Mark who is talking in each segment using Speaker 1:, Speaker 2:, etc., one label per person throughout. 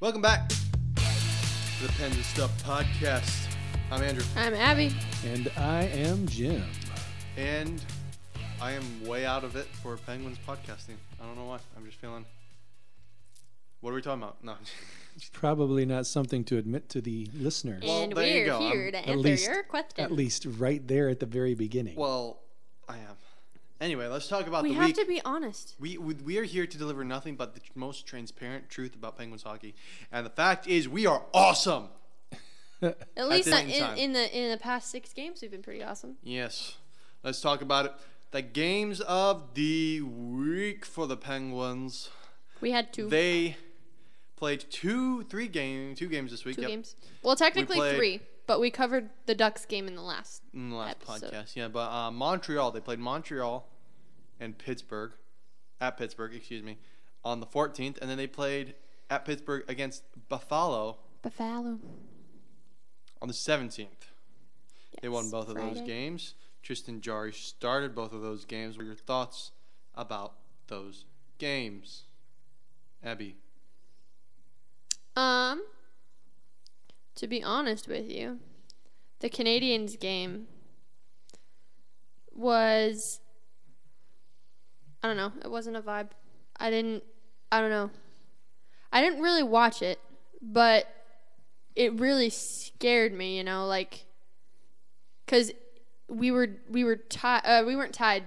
Speaker 1: Welcome back to the Pens and Stuff podcast. I'm Andrew,
Speaker 2: I'm Abby.
Speaker 3: And I am Jim.
Speaker 1: and I am way out of it for Penguins podcasting. I don't know why. I'm just feeling. What are we talking about? No,
Speaker 3: Probably not something to admit to the listener.
Speaker 1: Well,
Speaker 2: and
Speaker 1: there you
Speaker 2: we're
Speaker 1: go. I'm-
Speaker 2: here to
Speaker 3: at
Speaker 2: answer
Speaker 3: least-
Speaker 2: your question.
Speaker 3: At least right there at the very beginning.
Speaker 1: well, I am. Anyway, let's talk about
Speaker 2: we
Speaker 1: the
Speaker 2: have
Speaker 1: week.
Speaker 2: to be honest.
Speaker 1: We, we, we are here to deliver nothing but the tr- most transparent truth about Penguins hockey. And the fact is, we are awesome.
Speaker 2: At least
Speaker 1: this
Speaker 2: on-
Speaker 1: point in time.
Speaker 2: in, in the in the past six games, we've been pretty awesome.
Speaker 1: Yes. Let's talk about it. The games of the week for the Penguins.
Speaker 2: We had two
Speaker 1: They played two, three game, two games this week.
Speaker 2: two
Speaker 1: yep,
Speaker 2: games. Well, technically
Speaker 1: played-
Speaker 2: three, but we covered the Ducks game in the last.
Speaker 1: In the last
Speaker 2: Episode.
Speaker 1: podcast, yeah. But uh, Montreal, they played Montreal and Pittsburgh, at Pittsburgh, excuse me, on the 14th, and then they played at Pittsburgh against Buffalo
Speaker 2: Buffalo.
Speaker 1: on the 17th. they won
Speaker 2: Yes,
Speaker 1: both of those
Speaker 2: Friday.
Speaker 1: games. Tristan Jari started both of those games. What are your thoughts about those games, Abby?
Speaker 2: Um, to be honest with you, the Canadians game was. I don't know. It wasn't a vibe. I didn't. I don't know. I didn't really watch it, but it really scared me. You know, like, cause we were we were tied. Uh, we weren't tied.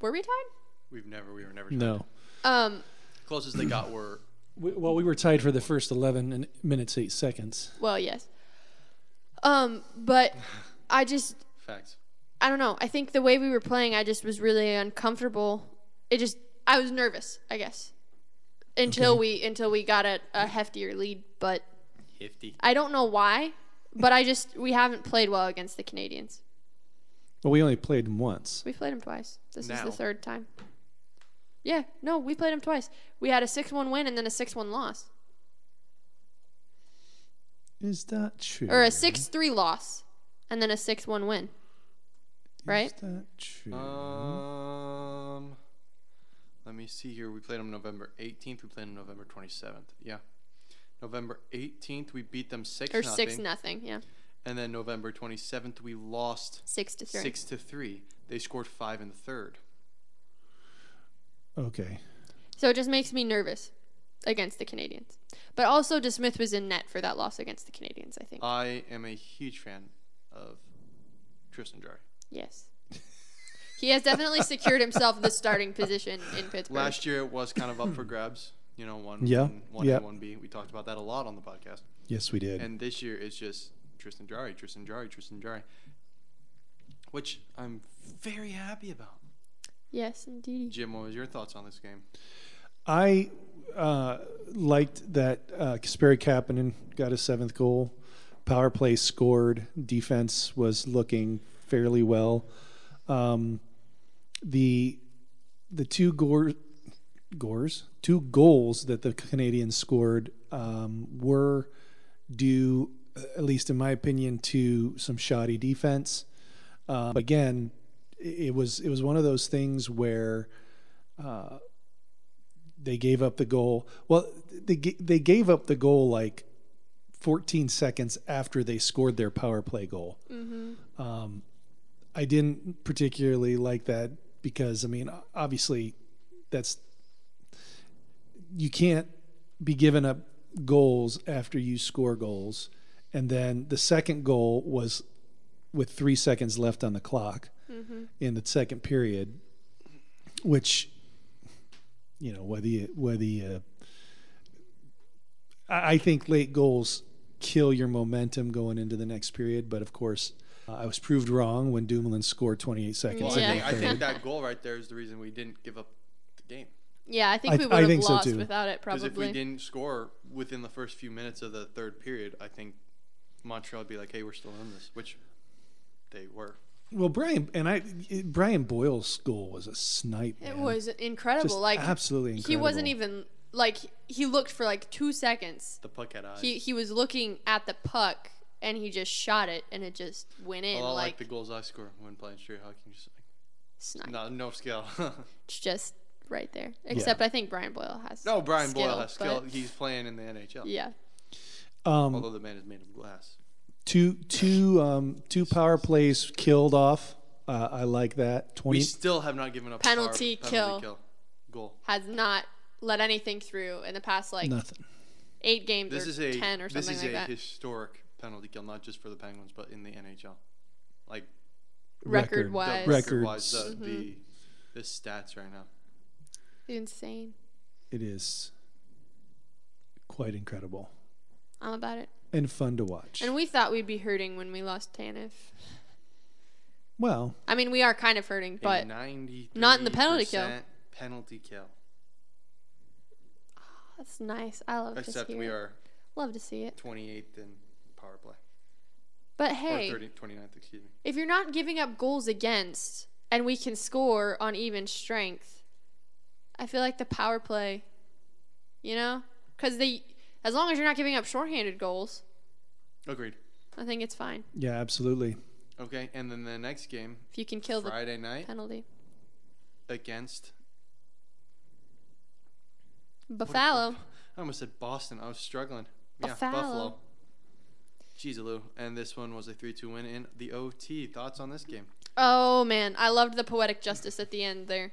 Speaker 2: Were we tied?
Speaker 1: We've never, we were never.
Speaker 3: no.
Speaker 2: Um.
Speaker 1: Closest they got were
Speaker 3: We, well, we were tied for the first 11 and- minutes, 8 seconds.
Speaker 2: Well, yes. Um. But I just
Speaker 1: facts.
Speaker 2: I don't know. I think the way we were playing, I just was really uncomfortable. It just I was nervous, I guess. Until we until we got a, a heftier lead, but
Speaker 1: Fifty.
Speaker 2: I don't know why. But I just we haven't played well against the Canadians.
Speaker 3: Well, we only played them once.
Speaker 2: We played them twice. This is
Speaker 1: Now.
Speaker 2: the third time. Yeah, no, we played them twice. We had a six-one win and then a six-one loss,
Speaker 3: Is that true?
Speaker 2: or a six-three loss, and then a six-one win. right?
Speaker 3: Is that true?
Speaker 1: Uh, Um, let me see here. We played them November 18th. We played them November 27th. Yeah, November 18th we beat them six
Speaker 2: or
Speaker 1: nothing,
Speaker 2: six nothing. Yeah,
Speaker 1: and then November 27th we lost
Speaker 2: six to three.
Speaker 1: six to three. They scored five in the third.
Speaker 3: okay.
Speaker 2: So it just makes me nervous against the Canadians. But also, DeSmith was in net for that loss against the Canadians, I think.
Speaker 1: I am a huge fan of Tristan Jari.
Speaker 2: yes. He has definitely secured himself the starting position in Pittsburgh.
Speaker 1: Last year it was kind of up for grabs. You know, one
Speaker 3: Yeah,
Speaker 1: one, one
Speaker 3: yeah.
Speaker 1: A, one B. We talked about that a lot on the podcast.
Speaker 3: Yes, we did.
Speaker 1: And this year it's just Tristan Jari, Tristan Jari, Tristan Jari, which I'm very happy about.
Speaker 2: yes, indeed.
Speaker 1: Jim, what was your thoughts on this game?
Speaker 3: I uh, liked that uh, Kasperi Kapanen got a seventh goal. Power play scored. Defense was looking fairly well. Um, the the two gore, gores two goals that the Canadians scored um, were due, uh, at least in my opinion, to some shoddy defense. Um, again, it it was it was one of those things where they gave up the goal. Well, they g- they gave up the goal like 14 seconds after they scored their power play goal. Um, I didn't particularly like that because I mean, obviously, that's you can't be giving up goals after you score goals. And then the second goal was with three seconds left on the clock in the second period, which you know whether you whether you I I think late goals kill your momentum going into the next period, but of course, uh, I was proved wrong when Dumoulin scored 28 seconds.
Speaker 1: Well,
Speaker 2: Yeah.
Speaker 1: I, think, I
Speaker 3: in the third.
Speaker 1: think that goal right there is the reason we didn't give up the game.
Speaker 2: Yeah, I think
Speaker 3: I
Speaker 2: we
Speaker 3: th-
Speaker 2: would
Speaker 3: I
Speaker 2: have
Speaker 3: think so,
Speaker 2: lost
Speaker 3: too.
Speaker 2: without it,
Speaker 1: Because
Speaker 2: probably.
Speaker 1: if we didn't score within the first few minutes of the third period, I think Montreal would be like, hey, we're still in this, which they were.
Speaker 3: well, Brian and I, it- Brian Boyle's goal was a snipe.
Speaker 2: It
Speaker 3: man.
Speaker 2: was incredible.
Speaker 3: Just
Speaker 2: like
Speaker 3: absolutely
Speaker 2: He wasn't
Speaker 3: incredible.
Speaker 2: even like he looked for like two seconds.
Speaker 1: The puck had eyes.
Speaker 2: He he was looking at the puck and he just shot it and it just went
Speaker 1: a
Speaker 2: in
Speaker 1: lot like,
Speaker 2: like,
Speaker 1: the goals I score when playing street hockey. Just like,
Speaker 2: snipe.
Speaker 1: not, no skill.
Speaker 2: It's just right there. Except I think Brian Boyle has.
Speaker 1: No, Brian Boyle
Speaker 2: skill,
Speaker 1: has skill.
Speaker 2: but-
Speaker 1: He's playing in the NHL.
Speaker 2: Yeah.
Speaker 3: Um,
Speaker 1: Although the man is made of glass.
Speaker 3: two two um, two power plays killed off. Uh, I like that.
Speaker 1: We
Speaker 3: Twenty.
Speaker 1: still have not given up a
Speaker 2: Penalty,
Speaker 1: power-
Speaker 2: kill.
Speaker 1: goal.
Speaker 2: Has not let anything through in the past like
Speaker 3: nothing.
Speaker 2: eight games
Speaker 1: This
Speaker 2: or
Speaker 1: is a
Speaker 2: ten or
Speaker 1: this
Speaker 2: something
Speaker 1: is
Speaker 2: like
Speaker 1: a
Speaker 2: that.
Speaker 1: historic penalty kill, not just for the Penguins, but in the NHL. Like
Speaker 2: Record
Speaker 1: the
Speaker 2: wise,
Speaker 3: Record.
Speaker 1: wise, uh, the,
Speaker 2: Mm-hmm.
Speaker 3: Records.
Speaker 1: the the stats right now.
Speaker 2: insane.
Speaker 3: It is quite incredible
Speaker 2: I'm about it.
Speaker 3: and fun to watch.
Speaker 2: And we thought we'd be hurting when we lost Tanif.
Speaker 3: well,
Speaker 2: I mean, we are kind of hurting, but
Speaker 1: ninety
Speaker 2: not in the penalty kill.
Speaker 1: Penalty kill.
Speaker 2: that's nice. I love
Speaker 1: Except
Speaker 2: to see
Speaker 1: we
Speaker 2: it.
Speaker 1: are
Speaker 2: Love to see it.
Speaker 1: 28th in power play.
Speaker 2: But hey,
Speaker 1: Or 30, 29th, excuse me.
Speaker 2: if you're not giving up goals against and we can score on even strength, I feel like the power play, you know, because they, as long as you're not giving up shorthanded goals,
Speaker 1: Agreed.
Speaker 2: I think it's fine
Speaker 3: yeah, absolutely.
Speaker 1: Okay, and then the next game,
Speaker 2: if you can kill the
Speaker 1: Friday night
Speaker 2: penalty.
Speaker 1: against.
Speaker 2: Buffalo,
Speaker 1: I almost said Boston. I was struggling. Yeah,
Speaker 2: Buffalo.
Speaker 1: Buffalo. Jeez, Lou. And this one was a 3 2 win in the OT. Thoughts on this game?
Speaker 2: oh man, I loved the poetic justice at the end there.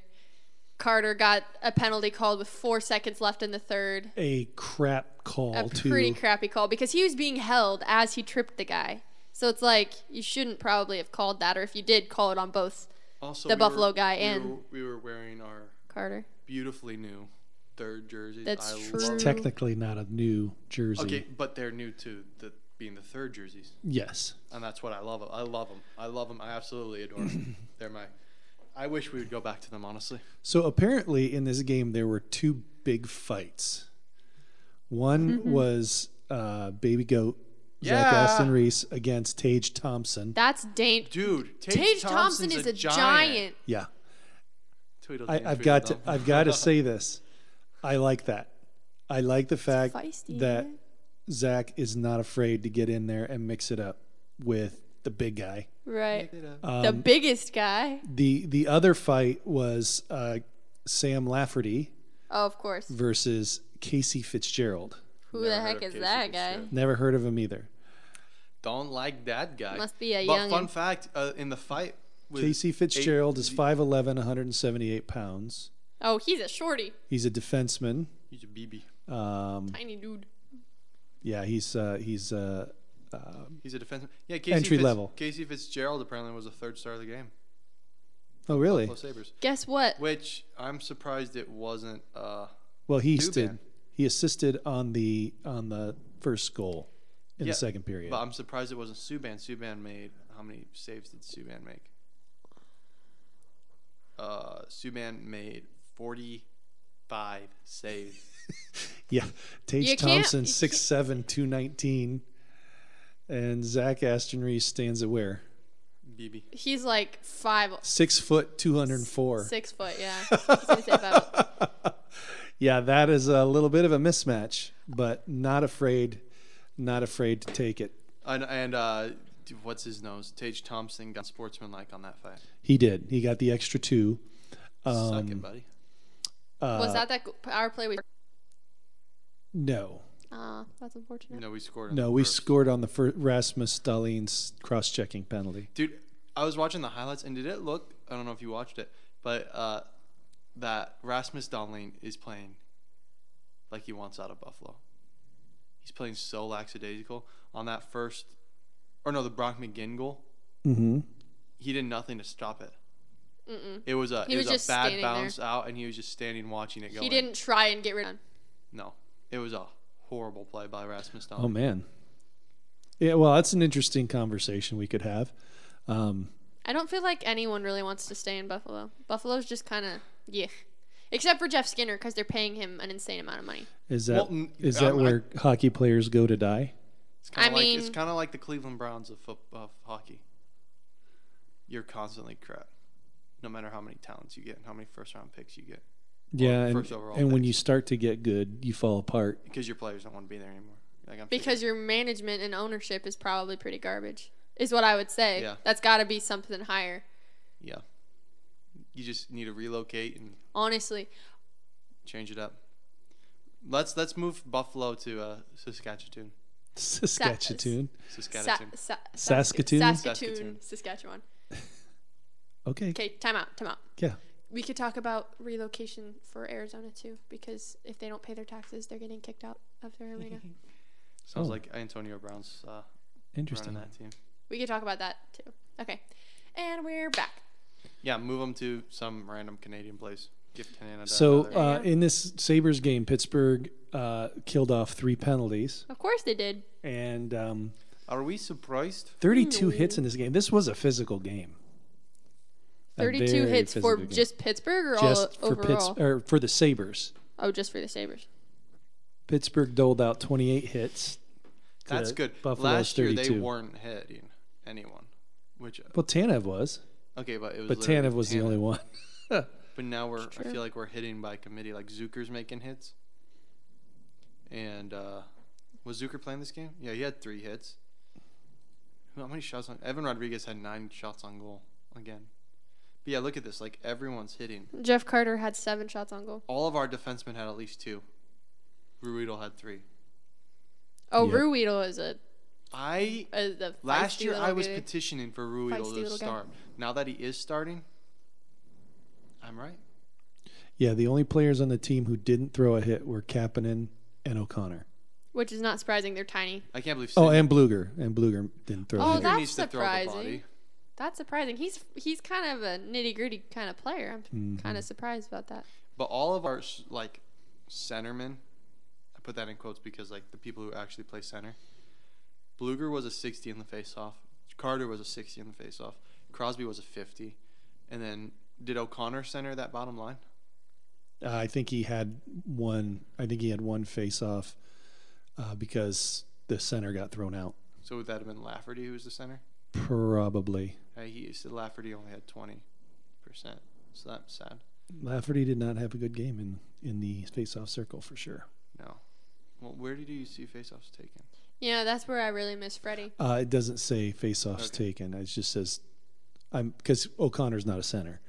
Speaker 2: Carter got a penalty called with four seconds left in the third.
Speaker 3: A crap call
Speaker 2: a
Speaker 3: to
Speaker 2: pretty crappy call because he was being held as he tripped the guy. So it's like you shouldn't probably have called that, or if you did, call it on both
Speaker 1: Also,
Speaker 2: The
Speaker 1: were-
Speaker 2: Buffalo guy
Speaker 1: we
Speaker 2: and-
Speaker 1: were, we were wearing our
Speaker 2: Carter.
Speaker 1: beautifully new third jerseys.
Speaker 2: That's
Speaker 1: I
Speaker 2: true.
Speaker 1: love-
Speaker 2: It's
Speaker 3: technically not a new jersey.
Speaker 1: Okay, but they're new to the, being the third jerseys.
Speaker 3: Yes.
Speaker 1: and that's what I love. I love them. I love them. I absolutely adore them. They're my. I wish we would go back to them honestly.
Speaker 3: So apparently, in this game, there were two big fights. One
Speaker 2: Mm-hmm.
Speaker 3: was uh, Baby Goat Zach
Speaker 1: Yeah.
Speaker 3: Aston Reese against Tage Thompson.
Speaker 2: That's Dane.
Speaker 1: Dude, Tage,
Speaker 2: Tage Thompson
Speaker 1: Thompson's
Speaker 2: is a giant.
Speaker 3: yeah,
Speaker 1: Tweedledee
Speaker 3: I,
Speaker 1: and
Speaker 3: I've got to,
Speaker 1: Tweedledum.
Speaker 3: I've got to say this. I like that. I like the fact
Speaker 2: feisty,
Speaker 3: that
Speaker 2: man.
Speaker 3: Zach is not afraid to get in there and mix it up with the big guy.
Speaker 2: Right.
Speaker 1: Uh,
Speaker 2: the biggest guy.
Speaker 3: the The other fight was uh, Sam Lafferty
Speaker 2: Oh, of course.
Speaker 3: versus Casey Fitzgerald.
Speaker 2: Who
Speaker 1: Never
Speaker 2: the
Speaker 1: heard
Speaker 2: heck
Speaker 1: of
Speaker 2: is
Speaker 1: Casey
Speaker 2: that guy?
Speaker 1: Fitzgerald.
Speaker 3: Never heard of him either.
Speaker 1: Don't like that guy.
Speaker 2: Must be a
Speaker 1: But
Speaker 2: young'un.
Speaker 1: fun fact: uh, in the fight, with
Speaker 3: Casey
Speaker 1: eight-
Speaker 3: Fitzgerald is 5'11, 178 pounds.
Speaker 2: Oh, he's a shorty.
Speaker 3: He's a defenseman.
Speaker 1: He's a BB.
Speaker 3: Um,
Speaker 2: Tiny dude.
Speaker 3: yeah, he's uh, he's uh,
Speaker 1: He's a defenseman. Yeah, Casey
Speaker 3: Entry
Speaker 1: Fitz-
Speaker 3: level.
Speaker 1: Casey Fitzgerald apparently was the third star of the game.
Speaker 3: oh really?
Speaker 1: Los Sabers,
Speaker 2: Guess what?
Speaker 1: which I'm surprised it wasn't. Uh,
Speaker 3: Well, he
Speaker 1: Dooban.
Speaker 3: stood. He assisted on the on the first goal in
Speaker 1: Yeah,
Speaker 3: the second period.
Speaker 1: but I'm surprised it wasn't Subban. Subban made how many saves did Subban make? Uh, Subban made 45 saves.
Speaker 3: yeah, Tage
Speaker 2: You can't-
Speaker 3: Thompson
Speaker 2: you
Speaker 3: six seven two nineteen, and Zach Aston Reese stands at where
Speaker 1: BB.
Speaker 2: He's like five,
Speaker 3: six foot two hundred and four.
Speaker 2: six foot. Yeah. I was gonna say five.
Speaker 3: Yeah, that is a little bit of a mismatch, but not afraid, not afraid to take it.
Speaker 1: And, and uh, d- what's his nose? Tage Thompson got sportsmanlike on that fight.
Speaker 3: He did. He got the extra two. Um,
Speaker 1: Suck it, buddy.
Speaker 2: Was
Speaker 1: Uh,
Speaker 2: that that g- power play? We.
Speaker 3: No,
Speaker 2: Ah, that's unfortunate.
Speaker 1: No, we scored. on
Speaker 3: no,
Speaker 1: the
Speaker 3: we
Speaker 1: first.
Speaker 3: scored on the first Rasmus Dahlin's cross-checking penalty.
Speaker 1: Dude, I was watching the highlights, and did it look? I don't know if you watched it, but uh, that Rasmus Dahlin is playing like he wants out of Buffalo. He's playing so lackadaisical on that first, or no, the Brock McGinn goal.
Speaker 3: Mm-hmm.
Speaker 1: He did nothing to stop it. Mm-mm. It was a
Speaker 2: He
Speaker 1: it
Speaker 2: was
Speaker 1: was,
Speaker 2: just
Speaker 1: a bad
Speaker 2: standing there.
Speaker 1: bounce out, and he was just standing watching it go.
Speaker 2: He
Speaker 1: in.
Speaker 2: didn't try and get rid of.
Speaker 1: No, it was a horrible play by Rasmus Dahlin.
Speaker 3: Oh man. Yeah, well, that's an interesting conversation we could have. Um,
Speaker 2: I don't feel like anyone really wants to stay in Buffalo. Buffalo's just kind of yeah, except for Jeff Skinner because they're paying him an insane amount of money.
Speaker 3: is that
Speaker 1: Well,
Speaker 3: is
Speaker 1: n-
Speaker 3: that
Speaker 1: um, I-
Speaker 3: where hockey players go to die?
Speaker 1: It's kinda
Speaker 2: I
Speaker 1: like, it's
Speaker 2: mean-
Speaker 1: kind of like the Cleveland Browns of, fo- of hockey. You're constantly crap, no matter how many talents you get and how many first round picks you get,
Speaker 3: Yeah, and,
Speaker 1: first overall
Speaker 3: and when
Speaker 1: picks.
Speaker 3: you start to get good, you fall apart.
Speaker 1: because your players don't want to be there anymore. Like I'm thinking-
Speaker 2: Because your management and ownership is probably pretty garbage, is what I would say.
Speaker 1: Yeah.
Speaker 2: That's got to be something higher.
Speaker 1: yeah, You just need to relocate and
Speaker 2: Honestly,
Speaker 1: change it up. Let's let's move Buffalo to uh, Saskatchewan.
Speaker 3: Saskatchewan.
Speaker 2: Sa-
Speaker 1: Saskatchewan.
Speaker 2: sa-
Speaker 3: Saskatoon?
Speaker 2: Saskatoon,
Speaker 1: Saskatoon.
Speaker 2: Saskatchewan.
Speaker 3: Okay.
Speaker 2: Okay, time out, time out.
Speaker 3: Yeah.
Speaker 2: We could talk about relocation for Arizona too, because if they don't pay their taxes, they're getting kicked out of their arena.
Speaker 1: Sounds
Speaker 3: Oh.
Speaker 1: like Antonio Brown's uh, running
Speaker 3: Interesting.
Speaker 1: that team.
Speaker 2: we could talk about that too. Okay, and we're back.
Speaker 1: Yeah, move them to some random Canadian place. Give Canada.
Speaker 3: So
Speaker 1: another-
Speaker 3: uh, in this Sabres game, Pittsburgh uh, killed off three penalties
Speaker 2: Of course they did.
Speaker 3: and um,
Speaker 1: are we surprised?
Speaker 3: 32
Speaker 2: Hmm.
Speaker 3: hits in this game. This was a physical game. A
Speaker 2: Thirty-two
Speaker 3: very
Speaker 2: hits for
Speaker 3: physical game.
Speaker 2: just Pittsburgh or
Speaker 3: just
Speaker 2: all
Speaker 3: for
Speaker 2: overall.
Speaker 3: Pitts or for the Sabres.
Speaker 2: Oh, just for the Sabers.
Speaker 3: Pittsburgh doled out 28 hits. to
Speaker 1: That's
Speaker 3: the
Speaker 1: good.
Speaker 3: Buffalo's
Speaker 1: Last year they
Speaker 3: 32.
Speaker 1: weren't hitting anyone, which
Speaker 3: Well, Tanev was,
Speaker 1: okay, but it was.
Speaker 3: but
Speaker 1: literally
Speaker 3: Tanev was the only one.
Speaker 1: But now we're. I
Speaker 2: true.
Speaker 1: feel like we're hitting by committee. Like Zucker's making hits. And uh, was Zucker playing this game? Yeah, he had three hits. How many shots on? Evan Rodriguez had nine shots on goal again. But yeah, look at this. Like everyone's hitting.
Speaker 2: Jeff Carter had seven shots on goal.
Speaker 1: All of our defensemen had at least two. Ruedel had three.
Speaker 2: Oh,
Speaker 3: Yep.
Speaker 2: Ruedel is a
Speaker 1: I
Speaker 2: is the
Speaker 1: last
Speaker 2: feisty
Speaker 1: year
Speaker 2: little
Speaker 1: I was
Speaker 2: guy.
Speaker 1: petitioning for
Speaker 2: Feisty
Speaker 1: Ruedel to
Speaker 2: little guy.
Speaker 1: start. Now that he is starting, I'm right.
Speaker 3: Yeah, the only players on the team who didn't throw a hit were Kapanen and O'Connor.
Speaker 2: which is not surprising. They're tiny.
Speaker 1: I can't believe.
Speaker 3: Oh,
Speaker 1: Sidney-
Speaker 3: and Bluger. And Bluger didn't throw
Speaker 2: Oh, that-
Speaker 3: a hit.
Speaker 1: Sidney
Speaker 2: That's
Speaker 1: needs to throw the
Speaker 2: surprising.
Speaker 1: body.
Speaker 2: That's surprising. He's he's kind of a nitty gritty kind of player. I'm
Speaker 3: Mm-hmm.
Speaker 2: kind of surprised about that.
Speaker 1: But all of our s- like centermen, I put that in quotes because like the people who actually play center. Bluger was a 60 in the faceoff. Carter was a 60 in the faceoff. Crosby was a 50, and then did O'Connor center that bottom line?
Speaker 3: Uh, I think he had one. I think he had one face-off uh, because the center got thrown out.
Speaker 1: So would that have been Lafferty who was the center?
Speaker 3: Probably
Speaker 1: Hey, he said Lafferty only had 20 percent, so that's sad.
Speaker 3: Lafferty did not have a good game in in the face-off circle for sure.
Speaker 1: No. Well, where did you see faceoffs taken?
Speaker 2: Yeah, that's where I really miss Freddie.
Speaker 3: Uh, it doesn't say face-offs
Speaker 1: Okay.
Speaker 3: taken. It just says I'm because O'Connor's not a center.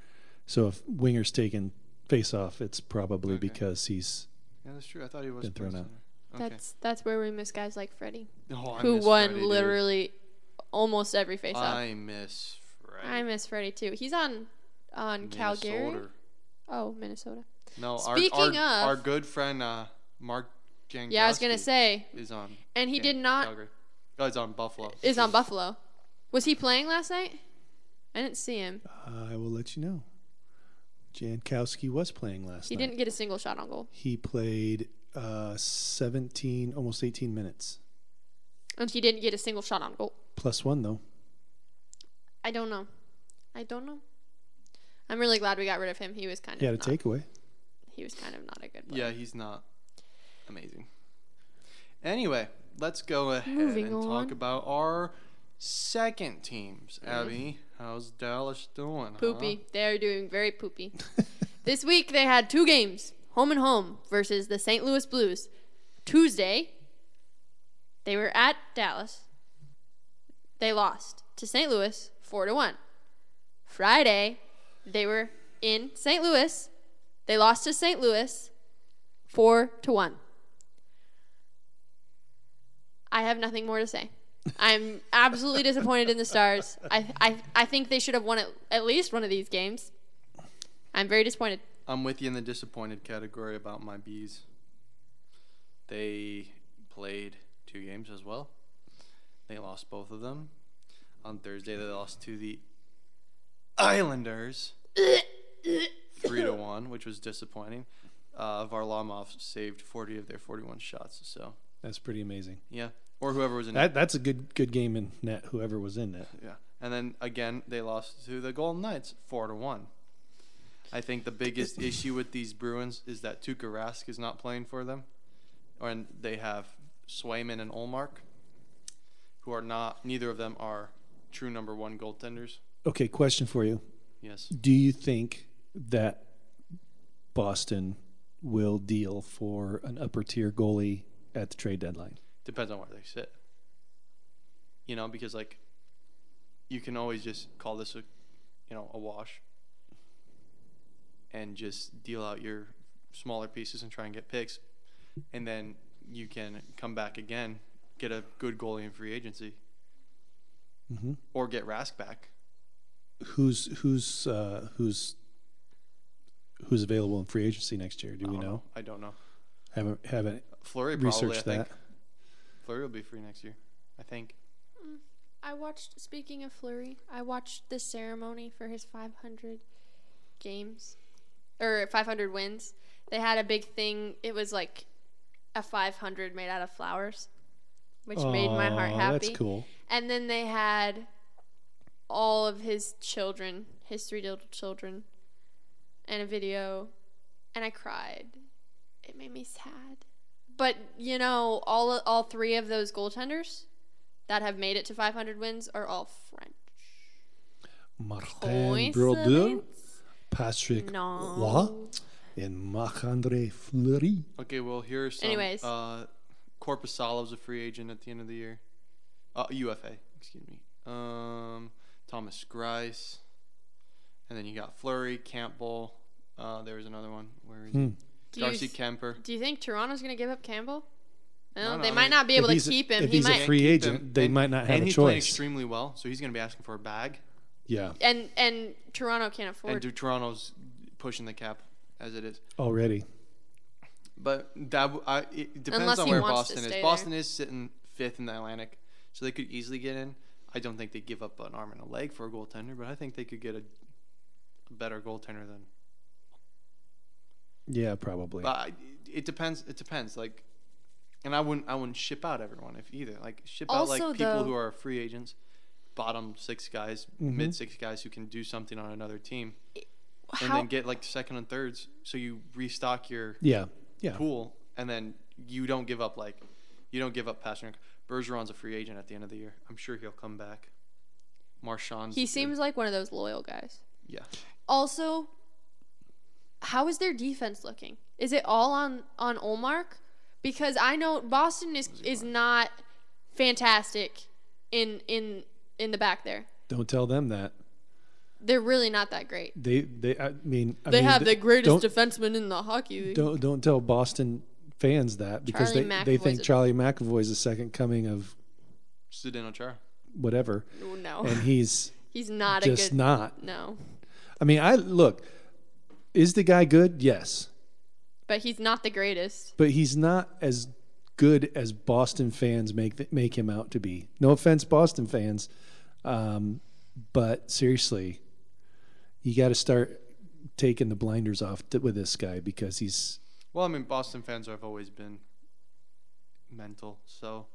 Speaker 3: So if winger's taken face-off, it's probably
Speaker 1: Okay.
Speaker 3: because he's
Speaker 1: Yeah, that's true. I thought he was
Speaker 3: Been
Speaker 1: playing
Speaker 3: thrown out.
Speaker 1: center. Okay.
Speaker 2: That's that's where we miss guys like Freddie,
Speaker 1: Oh, I
Speaker 2: who
Speaker 1: miss
Speaker 2: won
Speaker 1: Freddie, dude.
Speaker 2: literally almost every face off.
Speaker 1: I miss Freddie.
Speaker 2: I miss Freddie too. He's on on Calgary.
Speaker 1: Minnesota.
Speaker 2: Oh, Minnesota.
Speaker 1: No,
Speaker 2: Speaking
Speaker 1: our, our,
Speaker 2: of-
Speaker 1: our good friend uh, Mark Jankowski
Speaker 2: Yeah, I was gonna say,
Speaker 1: is on.
Speaker 2: and he
Speaker 1: Jan-
Speaker 2: did not
Speaker 1: Calgary. Oh, he's on Buffalo.
Speaker 2: is on Buffalo. Was he playing last night? I didn't see him.
Speaker 3: I will let you know. Jankowski was playing last
Speaker 2: He
Speaker 3: night.
Speaker 2: didn't get a single shot on goal,
Speaker 3: He played uh, 17, almost 18 minutes.
Speaker 2: and Um, he didn't get a single shot on goal.
Speaker 3: Plus one, though.
Speaker 2: I don't know. I don't know. I'm really glad we got rid of him. He was kind of
Speaker 3: He had a
Speaker 2: not-
Speaker 3: takeaway.
Speaker 2: He was kind of not a good player.
Speaker 1: Yeah, he's not amazing. Anyway, let's go ahead
Speaker 2: Moving
Speaker 1: and talk
Speaker 2: on.
Speaker 1: about our second teams. Abby, how's Dallas doing? huh?
Speaker 2: Poopy. They are doing very poopy. this week they had two games, home and home versus the St. Louis Blues. Tuesday, they were at Dallas. They lost to St. Louis 4 to 1. Friday, they were in St. Louis. They lost to St. Louis 4 to 1. I have nothing more to say. I'm absolutely disappointed in the Stars. I, I, I think they should have won at, at least one of these games. I'm very disappointed.
Speaker 1: I'm with you in the disappointed category about my bees. They played two games as well. They lost both of them. On Thursday, they lost to the Islanders, three to one, which was disappointing. Uh, Varlamov saved 40 of their 41 shots. So
Speaker 3: That's pretty amazing.
Speaker 1: yeah, or whoever was in
Speaker 3: That that's a good good game in net. Whoever was in net.
Speaker 1: Yeah, and then again they lost to the Golden Knights four to one. I think the biggest issue with these Bruins is that Tuukka Rask is not playing for them, and they have Swayman and Olmark, who are not. Neither of them are true number one goaltenders.
Speaker 3: Okay, question for you.
Speaker 1: Yes,
Speaker 3: Do you think that Boston will deal for an upper tier goalie at the trade deadline?
Speaker 1: depends on where they sit. You know, because like, you can always just call this a, you know, a wash. and just deal out your smaller pieces and try and get picks, and then you can come back again, get a good goalie in free agency,
Speaker 3: Mhm.
Speaker 1: or get Rask back.
Speaker 3: Who's who's uh, who's who's available in free agency next year? Do we
Speaker 1: I don't
Speaker 3: know?
Speaker 1: I don't know.
Speaker 3: Haven't haven't
Speaker 1: Flurry Uh-huh. probably. I
Speaker 3: researched
Speaker 1: think
Speaker 3: that.
Speaker 1: Flurry will be free next year. I think.
Speaker 2: I watched. Speaking of Flurry, I watched the ceremony for his 500 games or 500 wins. They had a big thing. It was like a 500 made out of flowers, which made my heart
Speaker 3: Aw,
Speaker 2: happy.
Speaker 3: Oh, That's cool.
Speaker 2: And then they had all of his children, his three little children, and a video, and I cried. It made me sad. But you know, all all three of those goaltenders that have made it to 500 wins are all French.
Speaker 3: Martin Brodeur,
Speaker 2: Coincidence?
Speaker 3: Patrick
Speaker 2: No.
Speaker 3: Roy, and Marc-André Fleury.
Speaker 1: Okay, well here are some.
Speaker 2: Anyways.
Speaker 1: uh, Corpusalov's a free agent at the end of the year. Uh, UFA, excuse me. Um, Thomas Grice, and then you got Flurry, Campbell. Uh, there was another one. Where is
Speaker 3: Hmm.
Speaker 1: it?
Speaker 2: Do you
Speaker 1: Darcy
Speaker 2: th-
Speaker 1: Kemper.
Speaker 2: Do you think Toronto's gonna give up Campbell? Well,
Speaker 1: No, no,
Speaker 2: they
Speaker 1: I
Speaker 2: might
Speaker 1: mean,
Speaker 2: not be able to
Speaker 3: he's a-
Speaker 2: keep him.
Speaker 3: if
Speaker 2: He
Speaker 3: he's a
Speaker 2: might,
Speaker 3: free
Speaker 1: Keep
Speaker 3: agent,
Speaker 1: him.
Speaker 3: they
Speaker 1: And-
Speaker 3: might not have
Speaker 1: and
Speaker 3: a
Speaker 1: he's playing
Speaker 3: choice.
Speaker 1: extremely well, so he's going to be asking for a bag.
Speaker 3: Yeah,
Speaker 2: and and Toronto can't
Speaker 1: And
Speaker 2: afford.
Speaker 1: do Toronto's pushing the cap as it is.
Speaker 3: already.
Speaker 1: But that w- I, it depends
Speaker 2: Unless
Speaker 1: on
Speaker 2: he
Speaker 1: where
Speaker 2: wants to
Speaker 1: Boston
Speaker 2: stay
Speaker 1: is.
Speaker 2: there.
Speaker 1: Boston is sitting fifth in the Atlantic, so they could easily get in. I don't think they give up an arm and a leg for a goaltender, but I think they could get a, a better goaltender than.
Speaker 3: Yeah, probably.
Speaker 1: But I, it depends. It depends. Like, and I wouldn't. I wouldn't ship out everyone if either. Like ship out
Speaker 2: Also,
Speaker 1: like people
Speaker 2: though-
Speaker 1: who are free agents, bottom six guys,
Speaker 3: Mhm.
Speaker 1: mid six guys who can do something on another team, and
Speaker 2: How
Speaker 1: then get like second and thirds, so you restock your
Speaker 3: yeah, yeah.
Speaker 1: pool, and then you don't give up like you don't give up Pasternak. Bergeron's a free agent at the end of the year. I'm sure he'll come back. Marchand's
Speaker 2: he
Speaker 1: a free-
Speaker 2: seems like one of those loyal guys.
Speaker 1: yeah.
Speaker 2: Also, how is their defense looking? Is it all on on Olmark? Because I know Boston is is not fantastic in in in the back there.
Speaker 3: Don't tell them that.
Speaker 2: They're really not that great.
Speaker 3: They they. I mean, I
Speaker 2: They
Speaker 3: mean,
Speaker 2: have the
Speaker 3: don't-
Speaker 2: greatest defenseman in the hockey league.
Speaker 3: Don't don't tell Boston fans that because
Speaker 2: Charlie
Speaker 3: they, they
Speaker 2: McAvoy's
Speaker 3: think
Speaker 2: a-
Speaker 3: Charlie McAvoy is the second coming of
Speaker 1: Zdeno Chara.
Speaker 3: whatever,
Speaker 2: Oh, no,
Speaker 3: and he's
Speaker 2: he's not a
Speaker 3: just
Speaker 2: good.
Speaker 3: not.
Speaker 2: No,
Speaker 3: I mean, I look. Is the guy good? Yes,
Speaker 2: but he's not the greatest.
Speaker 3: but he's not as good as Boston fans make th- make him out to be. No offense, Boston fans, um, but seriously, you got to start taking the blinders off t- with this guy because he's
Speaker 1: Well, I mean, Boston fans have always been mental, so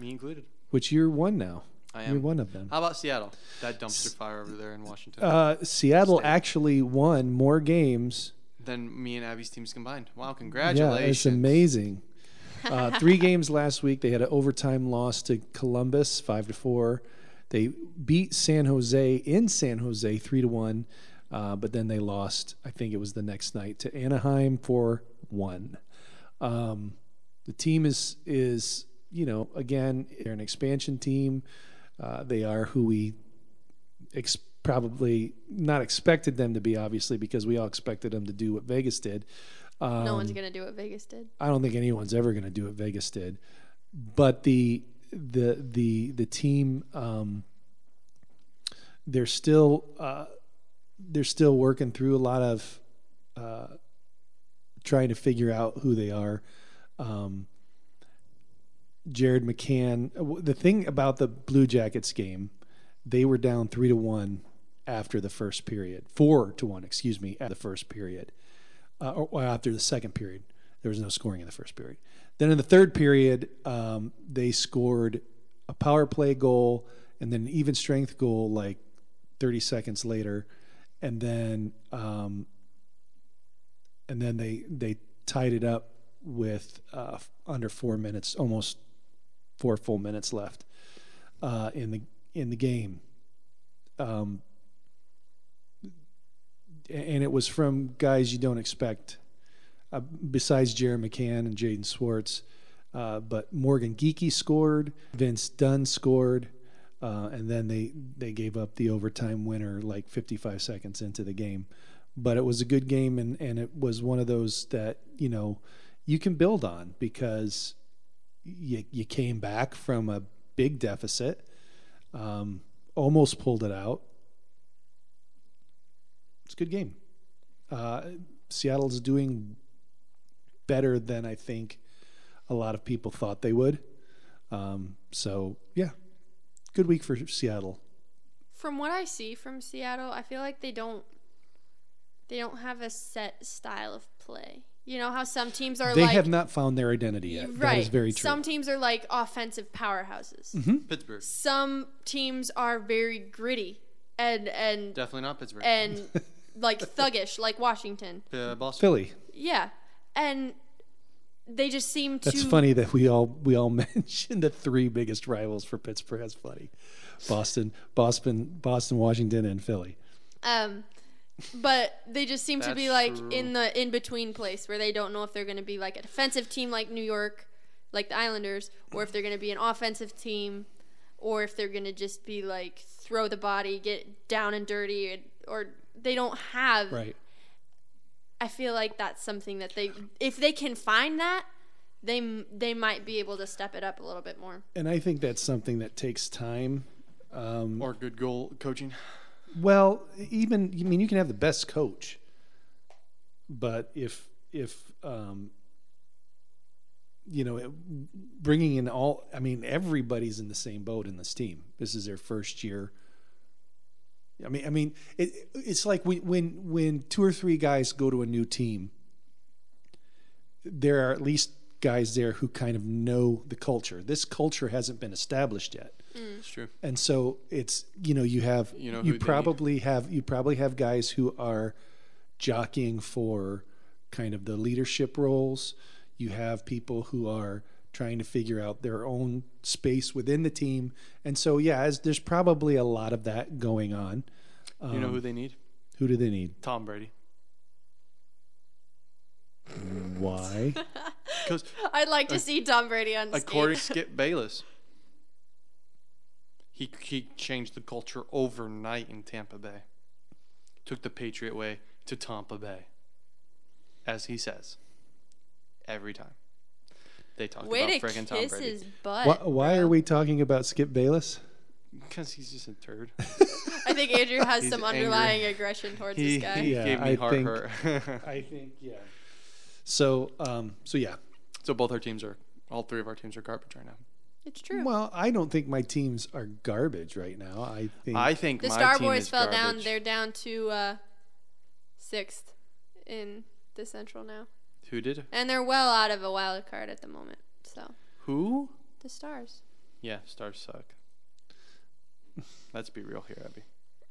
Speaker 1: me included.
Speaker 3: which you're one now.
Speaker 1: I
Speaker 3: You're
Speaker 1: am.
Speaker 3: one of them.
Speaker 1: How about Seattle? That dumpster fire over there in Washington.
Speaker 3: Uh, Seattle actually won more games.
Speaker 1: then me and Abby's teams combined. Wow,
Speaker 3: Yeah,
Speaker 1: congratulations.
Speaker 3: it's amazing. Uh, three games last week. They had an overtime loss to Columbus, five to four. They beat San Jose in San Jose, three to one. Uh, but then they lost. I think it was the next night to Anaheim for one. Um, the team is is you know again they're an expansion team. Uh, they are who we ex- probably not expected them to be, obviously, because we all expected them to do what Vegas did. Um,
Speaker 2: no one's gonna do what Vegas did.
Speaker 3: I don't think anyone's ever going to do what Vegas did, but the the the the team um, they're still uh, they're still working through a lot of uh, trying to figure out who they are. Um, Jared McCann. w- The thing about the Blue Jackets game, they were down three to one after the first period, four to one, excuse me, at the first period uh, or, or after the second period. There was no scoring in the first period. Then in the third period, um, they scored a power play goal and then an even strength goal like 30 seconds later, and then um, and then they they tied it up with uh, f- under four minutes, almost four full minutes left uh, in the in the game. Um, and it was from guys you don't expect, uh, besides Jared McCann and Jaden Swartz. Uh, but Morgan Geeky scored, Vince Dunn scored, uh, and then they they gave up the overtime winner like 55 seconds into the game But it was a good game, and and it was one of those that you know you can build on because you you came back from a big deficit, um, almost pulled it out. It's a good game. Uh, Seattle's doing better than I think a lot of people thought they would. Um, so yeah, good week for Seattle.
Speaker 2: From what I see from Seattle, I feel like they don't they don't have a set style of play. You know how some teams are
Speaker 3: they
Speaker 2: like
Speaker 3: have not found their identity yet.
Speaker 2: right.
Speaker 3: That is very true. Mm-hmm.
Speaker 2: Some teams are like offensive powerhouses.
Speaker 1: Pittsburgh.
Speaker 2: Some teams are very gritty and and
Speaker 1: Definitely not Pittsburgh.
Speaker 2: and like thuggish, like Washington.
Speaker 1: uh, Boston.
Speaker 3: Philly.
Speaker 2: Yeah, and they just seem to.
Speaker 3: That's funny that we all we all mentioned the three biggest rivals for Pittsburgh. That's funny. Boston, Boston, Boston, Washington, and Philly.
Speaker 2: Um, but they just seem to be
Speaker 1: That's
Speaker 2: like
Speaker 1: true.
Speaker 2: in the in between place where they don't know if they're going to be like a defensive team like New York, like the Islanders, or if they're going to be an offensive team, or if they're going to just be like throw the body, get down and dirty, and- or they don't have.
Speaker 3: Right.
Speaker 2: I feel like that's something that they, if they can find that, they m- they might be able to step it up a little bit more.
Speaker 3: And I think that's something that takes time. Um,
Speaker 1: Or good goal coaching.
Speaker 3: well, even I mean, you can have the best coach, but if if um, you know, it- bringing in all, I mean, everybody's in the same boat in this team. This is their first year. I mean, I mean, it, it's like when when when two or three guys go to a new team, there are at least guys there who kind of know the culture. This culture hasn't been established yet
Speaker 2: Mm.
Speaker 1: It's true.
Speaker 3: and so it's you know you have you,
Speaker 1: You know who they need.
Speaker 3: probably have you probably have guys who are jockeying for kind of the leadership roles you have people who are trying to figure out their own space within the team and so yeah as, there's probably a lot of that going on um,
Speaker 1: you know who they need?
Speaker 3: who do they need
Speaker 1: Tom Brady.
Speaker 3: why
Speaker 1: Because
Speaker 2: I'd like to see Tom Brady on
Speaker 1: according
Speaker 2: skate.
Speaker 1: to Skip Bayless, he he changed the culture overnight in Tampa Bay. Took the Patriot way to Tampa Bay. As he says, every time they talk
Speaker 2: Way
Speaker 1: about
Speaker 2: to
Speaker 1: friggin'
Speaker 2: kiss
Speaker 1: Tom Brady
Speaker 2: his butt.
Speaker 3: why, why
Speaker 2: bro.
Speaker 3: are we talking about skip bayless
Speaker 1: because he's just a turd.
Speaker 2: I think Andrew has
Speaker 1: He's
Speaker 2: some
Speaker 1: angry.
Speaker 2: underlying aggression towards
Speaker 1: He, uh,
Speaker 2: this guy.
Speaker 1: he
Speaker 3: Yeah,
Speaker 1: gave me
Speaker 3: I
Speaker 1: heart
Speaker 3: think-
Speaker 1: hurt.
Speaker 3: i think yeah so um so yeah
Speaker 1: so both our teams are, all three of our teams are garbage right now.
Speaker 2: It's true.
Speaker 3: well i don't think my teams are garbage right now i think
Speaker 1: I think
Speaker 2: the
Speaker 1: my
Speaker 2: Star
Speaker 1: team
Speaker 2: Boys
Speaker 1: is
Speaker 2: fell down.
Speaker 1: garbage.
Speaker 2: They're down to uh, sixth in the Central now,
Speaker 1: Who did?
Speaker 2: and they're well out of a wild card at the moment. So
Speaker 1: Who?
Speaker 2: the Stars.
Speaker 1: Yeah, stars suck. Let's be real here, Abby.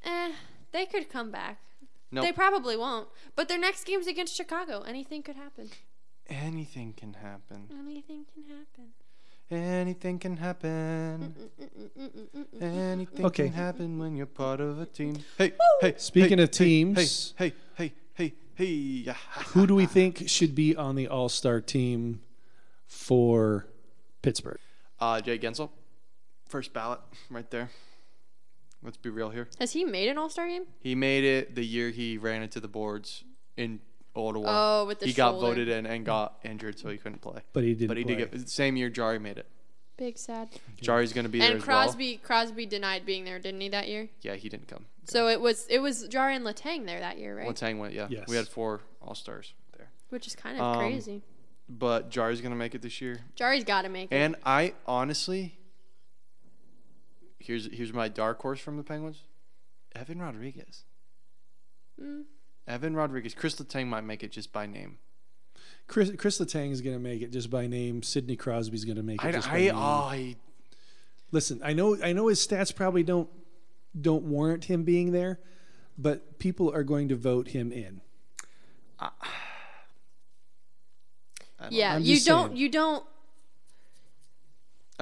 Speaker 2: Eh, they could come back.
Speaker 1: No,
Speaker 2: They probably won't. But their next game's against Chicago. Anything could happen.
Speaker 1: anything can happen.
Speaker 2: Anything can happen.
Speaker 1: Anything can happen.
Speaker 2: Mm-mm-mm-mm-mm-mm.
Speaker 1: Anything
Speaker 3: Okay.
Speaker 1: can happen when you're part of a team. Hey, hey.
Speaker 3: Speaking
Speaker 1: hey,
Speaker 3: of
Speaker 1: hey,
Speaker 3: teams-
Speaker 1: hey, hey, hey, hey, hey. yeah.
Speaker 3: Who do we think should be on the All Star team for Pittsburgh?
Speaker 1: Uh, Jay Gensel, first ballot, right there. Let's be real here.
Speaker 2: Has he made an All Star game?
Speaker 1: He made it the year he ran into the boards in Ottawa.
Speaker 2: Oh, with the
Speaker 1: he
Speaker 2: shoulder.
Speaker 1: got voted in and got injured, so he couldn't play.
Speaker 3: But he didn't.
Speaker 1: But he
Speaker 3: play.
Speaker 1: did get same year. Jari made it.
Speaker 2: Big sad.
Speaker 1: Jari's gonna be there
Speaker 2: And
Speaker 1: as well.
Speaker 2: Crosby, Crosby denied being there, didn't he, that year?
Speaker 1: Yeah, he didn't come.
Speaker 2: So it was it was Jar and Latang there that year, right?
Speaker 1: Letang went. Yeah,
Speaker 3: Yes.
Speaker 1: we had four all stars there.
Speaker 2: Which is kind of
Speaker 1: Um,
Speaker 2: crazy.
Speaker 1: But Jari's gonna make it this year.
Speaker 2: Jari's got to make it.
Speaker 1: And I honestly, here's here's my dark horse from the Penguins, Evan Rodriguez.
Speaker 2: Mm.
Speaker 1: Evan Rodriguez, Chris Letang might make it just by name.
Speaker 3: Chris Chris Letang is going to make it just by name. Sidney Crosby's going to make it
Speaker 1: I,
Speaker 3: just by
Speaker 1: I,
Speaker 3: name.
Speaker 1: oh, I
Speaker 3: Listen, I know I know his stats probably don't don't warrant him being there, but people are going to vote him in.
Speaker 1: I don't
Speaker 2: Yeah,
Speaker 3: I'm
Speaker 2: you
Speaker 3: just
Speaker 2: don't
Speaker 3: saying.
Speaker 2: you don't
Speaker 1: know.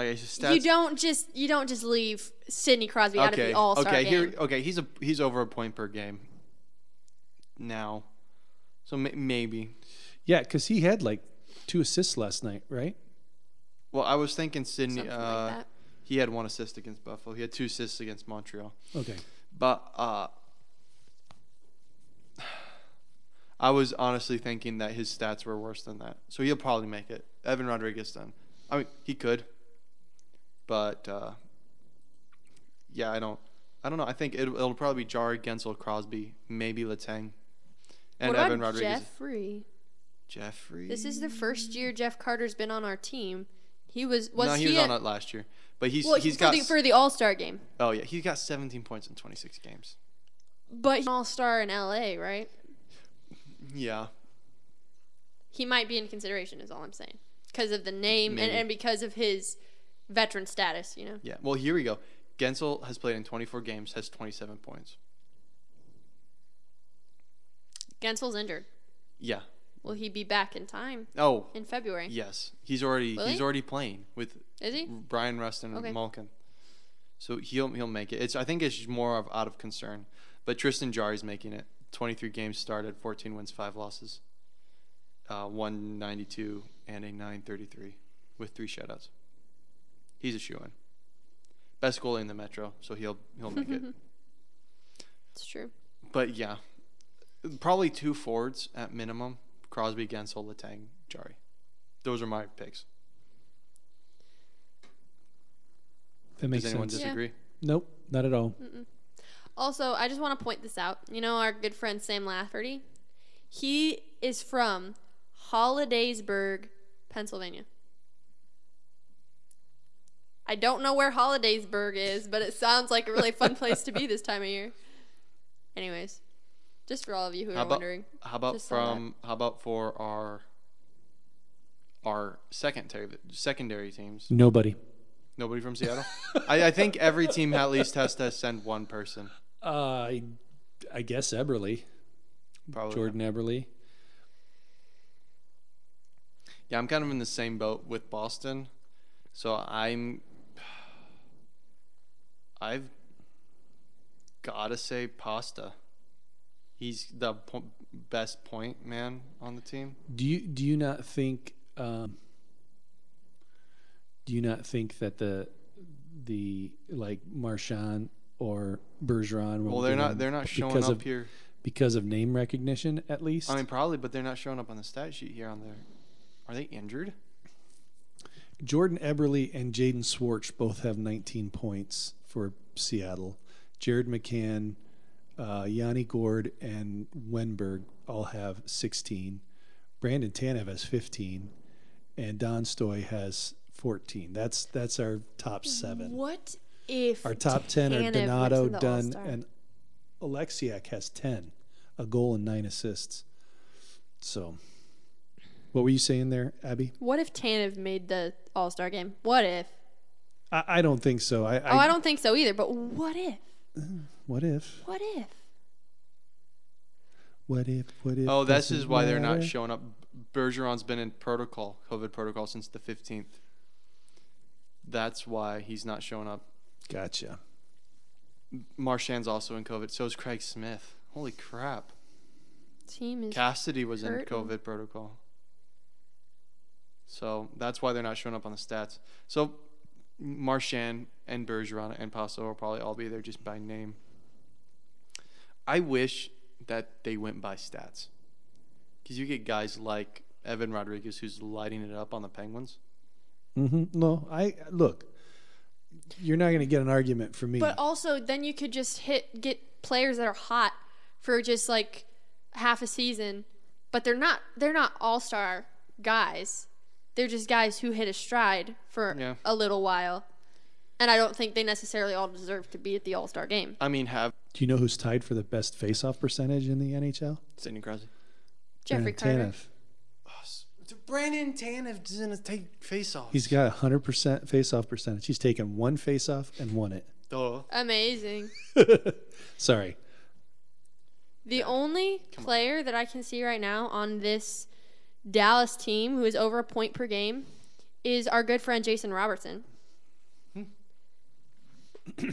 Speaker 1: Okay, so stats.
Speaker 2: you don't just you don't just leave Sidney Crosby out of
Speaker 1: okay,
Speaker 2: the All Star
Speaker 1: okay,
Speaker 2: game.
Speaker 1: here, um, okay. He's a he's over a point per game. Now, so may, maybe.
Speaker 3: Yeah, because he had like two assists last night, right?
Speaker 1: Well, I was thinking Sydney.
Speaker 2: something
Speaker 1: uh,
Speaker 2: like that.
Speaker 1: He had one assist against Buffalo. He had two uh, assists against Montreal.
Speaker 3: Okay,
Speaker 1: But uh I was honestly thinking that his stats were worse than that. So he'll probably make it. Evan Rodriguez then. I mean, he could. But uh, yeah, I don't I don't know. I think it'll, it'll probably be Jared Gensel, Crosby, maybe Latang. And
Speaker 2: what about
Speaker 1: Evan Rodriguez.
Speaker 2: Jeffrey?
Speaker 1: Jeffrey.
Speaker 2: This is the first year Jeff Carter's been on our team. He was was
Speaker 1: No, he,
Speaker 2: he,
Speaker 1: was
Speaker 2: at-
Speaker 1: on it last year. But he's
Speaker 2: well,
Speaker 1: he's
Speaker 2: for
Speaker 1: got
Speaker 2: the,
Speaker 1: s-
Speaker 2: for the All Star game,
Speaker 1: Oh yeah, he's got 17 points in 26 games.
Speaker 2: but he's an All Star in L.A. Right?
Speaker 1: Yeah.
Speaker 2: He might be in consideration. Is all I'm saying because of the name and,
Speaker 1: Maybe.
Speaker 2: and because of his veteran status. You know,
Speaker 1: Yeah. Well, here we go. Gensel has played in 24 games, has 27 points.
Speaker 2: Gensel's injured.
Speaker 1: Yeah.
Speaker 2: Will he be back in time
Speaker 1: Oh,
Speaker 2: in February?
Speaker 1: yes. He's already
Speaker 2: Will
Speaker 1: he's
Speaker 2: he?
Speaker 1: already playing with
Speaker 2: Is he?
Speaker 1: Brian Rustin
Speaker 2: Okay.
Speaker 1: and Malkin. So he'll he'll make it. It's I think it's just more of out of concern. But Tristan Jari's making it. 23 games started, 14 wins, 5 losses. Uh, 192 and a 933 with three shutouts. He's a shoe-in. Best goalie in the Metro, so he'll he'll make it.
Speaker 2: It's true.
Speaker 1: But yeah, probably two forwards at minimum: Crosby, Gensel, Letang, Jari. Those are my picks.
Speaker 3: That makes
Speaker 1: Does anyone
Speaker 3: sense.
Speaker 2: Yeah.
Speaker 1: disagree?
Speaker 3: Nope, not at all.
Speaker 2: Also, I just want to point this out. You know, our good friend Sam Lafferty, he is from Hollidaysburg, Pennsylvania. I don't know where Hollidaysburg is, but it sounds like a really fun place to be this time of year. Anyways, just for all of you who
Speaker 1: How
Speaker 2: are
Speaker 1: about-
Speaker 2: wondering,
Speaker 1: How about
Speaker 2: Just saw that.
Speaker 1: from? How about for our our secondary secondary teams?
Speaker 3: Nobody.
Speaker 1: Nobody from Seattle. I, I think every team at least has to send one person.
Speaker 3: Uh, I, I guess Eberly,
Speaker 1: Probably.
Speaker 3: Jordan Eberly.
Speaker 1: Yeah, I'm kind of in the same boat with Boston, so I'm. I've gotta say Pasta. He's the po- best point man on the team.
Speaker 3: Do you do you not think? Um, do you not think that the the like Marchand or Bergeron? will
Speaker 1: Well, they're
Speaker 3: get
Speaker 1: not.
Speaker 3: in
Speaker 1: They're not showing
Speaker 3: because
Speaker 1: up
Speaker 3: of,
Speaker 1: here.
Speaker 3: because of name recognition, at least.
Speaker 1: I mean, probably, but they're not showing up on the stat sheet here. On their, are they injured?
Speaker 3: Jordan Eberle and Jaden Swartz both have 19 points for Seattle. Jared McCann, uh, Yanni Gord, and Wenberg all have 16. Brandon Tanev has 15, and Don Stoy has 14. That's that's our top seven.
Speaker 2: what if
Speaker 3: Our top 10
Speaker 2: Tanev
Speaker 3: are
Speaker 2: went to
Speaker 3: Donato,
Speaker 2: the
Speaker 3: Dunn,
Speaker 2: All-Star?
Speaker 3: and Alexiak has 10, a goal and nine assists. So, what were you saying there, Abby?
Speaker 2: what if Tanev made the All Star game? What if?
Speaker 3: I, I don't think so. I,
Speaker 2: Oh, I don't think so either. But what if?
Speaker 3: What if?
Speaker 2: What if?
Speaker 3: What if? What if?
Speaker 1: Oh, this
Speaker 3: doesn't
Speaker 1: is why they're not
Speaker 3: matter?
Speaker 1: showing up. Bergeron's been in protocol, COVID protocol, since the 15th. That's why he's not showing up.
Speaker 3: Gotcha.
Speaker 1: Marshan's also in COVID. So is Craig Smith. Holy crap.
Speaker 2: Team is
Speaker 1: Cassidy was in
Speaker 2: hurting.
Speaker 1: COVID protocol. So that's why they're not showing up on the stats. So Marchand and Bergeron and Paso will probably all be there just by name. I wish that they went by stats. Because you get guys like Evan Rodriguez who's lighting it up on the Penguins.
Speaker 3: hmm No, I look. You're not going to get an argument from me.
Speaker 2: But also, then you could just hit get players that are hot for just like half a season, but they're not they're not all star guys. They're just guys who hit a stride for
Speaker 1: Yeah.
Speaker 2: a little while, and I don't think they necessarily all deserve to be at the all star game.
Speaker 1: I mean, have
Speaker 3: Do you know who's tied for the best faceoff percentage in the NHL?
Speaker 1: Sidney Crosby.
Speaker 2: Jeffrey
Speaker 3: Brandon
Speaker 2: Carter.
Speaker 3: Tanev.
Speaker 1: Brandon Tanev doesn't take face off.
Speaker 3: He's got a hundred percent faceoff percentage. He's taken one faceoff and won it.
Speaker 1: oh,
Speaker 2: Amazing.
Speaker 3: Sorry.
Speaker 2: The only player that I can see right now on this Dallas team who is over a point per game is our good friend Jason Robertson.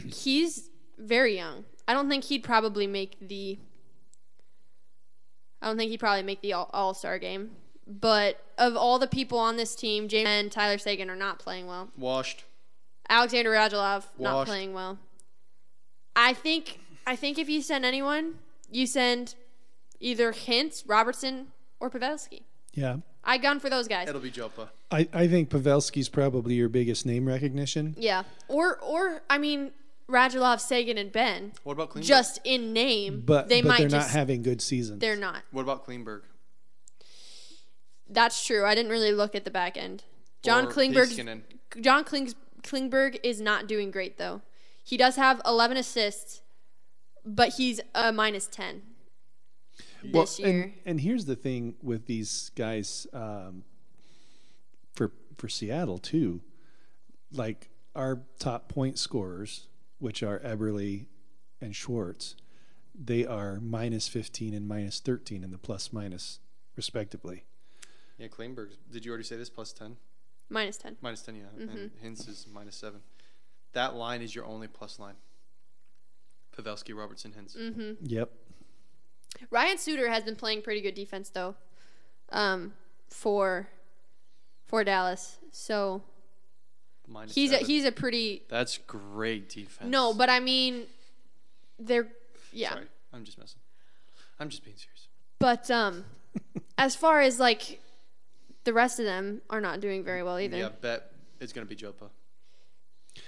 Speaker 2: He's very young. I don't think he'd probably make the I don't think he'd probably make the all- All-Star game. But of all the people on this team, James and Tyler Sagan are not playing well.
Speaker 1: washed.
Speaker 2: Alexander Radulov not
Speaker 1: Washed.
Speaker 2: playing well. I think I think if you send anyone, you send either Hintz, Robertson, or Pavelski.
Speaker 3: Yeah.
Speaker 2: I gone for those guys.
Speaker 1: It'll be Joppa.
Speaker 3: I, I think Pavelski's probably your biggest name recognition.
Speaker 2: Yeah. Or or I mean Radulov, Sagan, and Ben.
Speaker 1: What about Kleenberg?
Speaker 2: Just in name,
Speaker 3: But
Speaker 2: they
Speaker 3: but
Speaker 2: might
Speaker 3: they're
Speaker 2: just
Speaker 3: not having good seasons.
Speaker 2: they're not.
Speaker 1: what about Kleenberg?
Speaker 2: That's true. I didn't really look at the back end. John
Speaker 1: Or
Speaker 2: Klingberg.
Speaker 1: Heiskanen?
Speaker 2: John Kling, Klingberg is not doing great though. He does have 11 assists, but he's a minus 10 this year.
Speaker 3: And, and here's the thing with these guys um, for for Seattle too, like our top point scorers, which are Eberly and Schwartz, they are minus fifteen and minus thirteen in the plus minus respectively.
Speaker 1: Yeah, Klingberg. Did you already say this? Plus 10?
Speaker 2: minus 10.
Speaker 1: Minus 10, yeah. And
Speaker 2: Mm-hmm.
Speaker 1: Hintz is minus 7. That line is your only plus line. Pavelski, Robertson, Hintz.
Speaker 2: Mm-hmm.
Speaker 3: Yep.
Speaker 2: Ryan Suter has been playing pretty good defense though, um, for for Dallas. So
Speaker 1: Minus
Speaker 2: he's a,
Speaker 1: seven.
Speaker 2: he's a pretty
Speaker 1: That's great defense.
Speaker 2: no, but I mean, they're yeah.
Speaker 1: Sorry, I'm just messing. I'm just being serious.
Speaker 2: But um, as far as like the rest of them are not doing very well either.
Speaker 1: Yeah, bet it's going to be Joppa.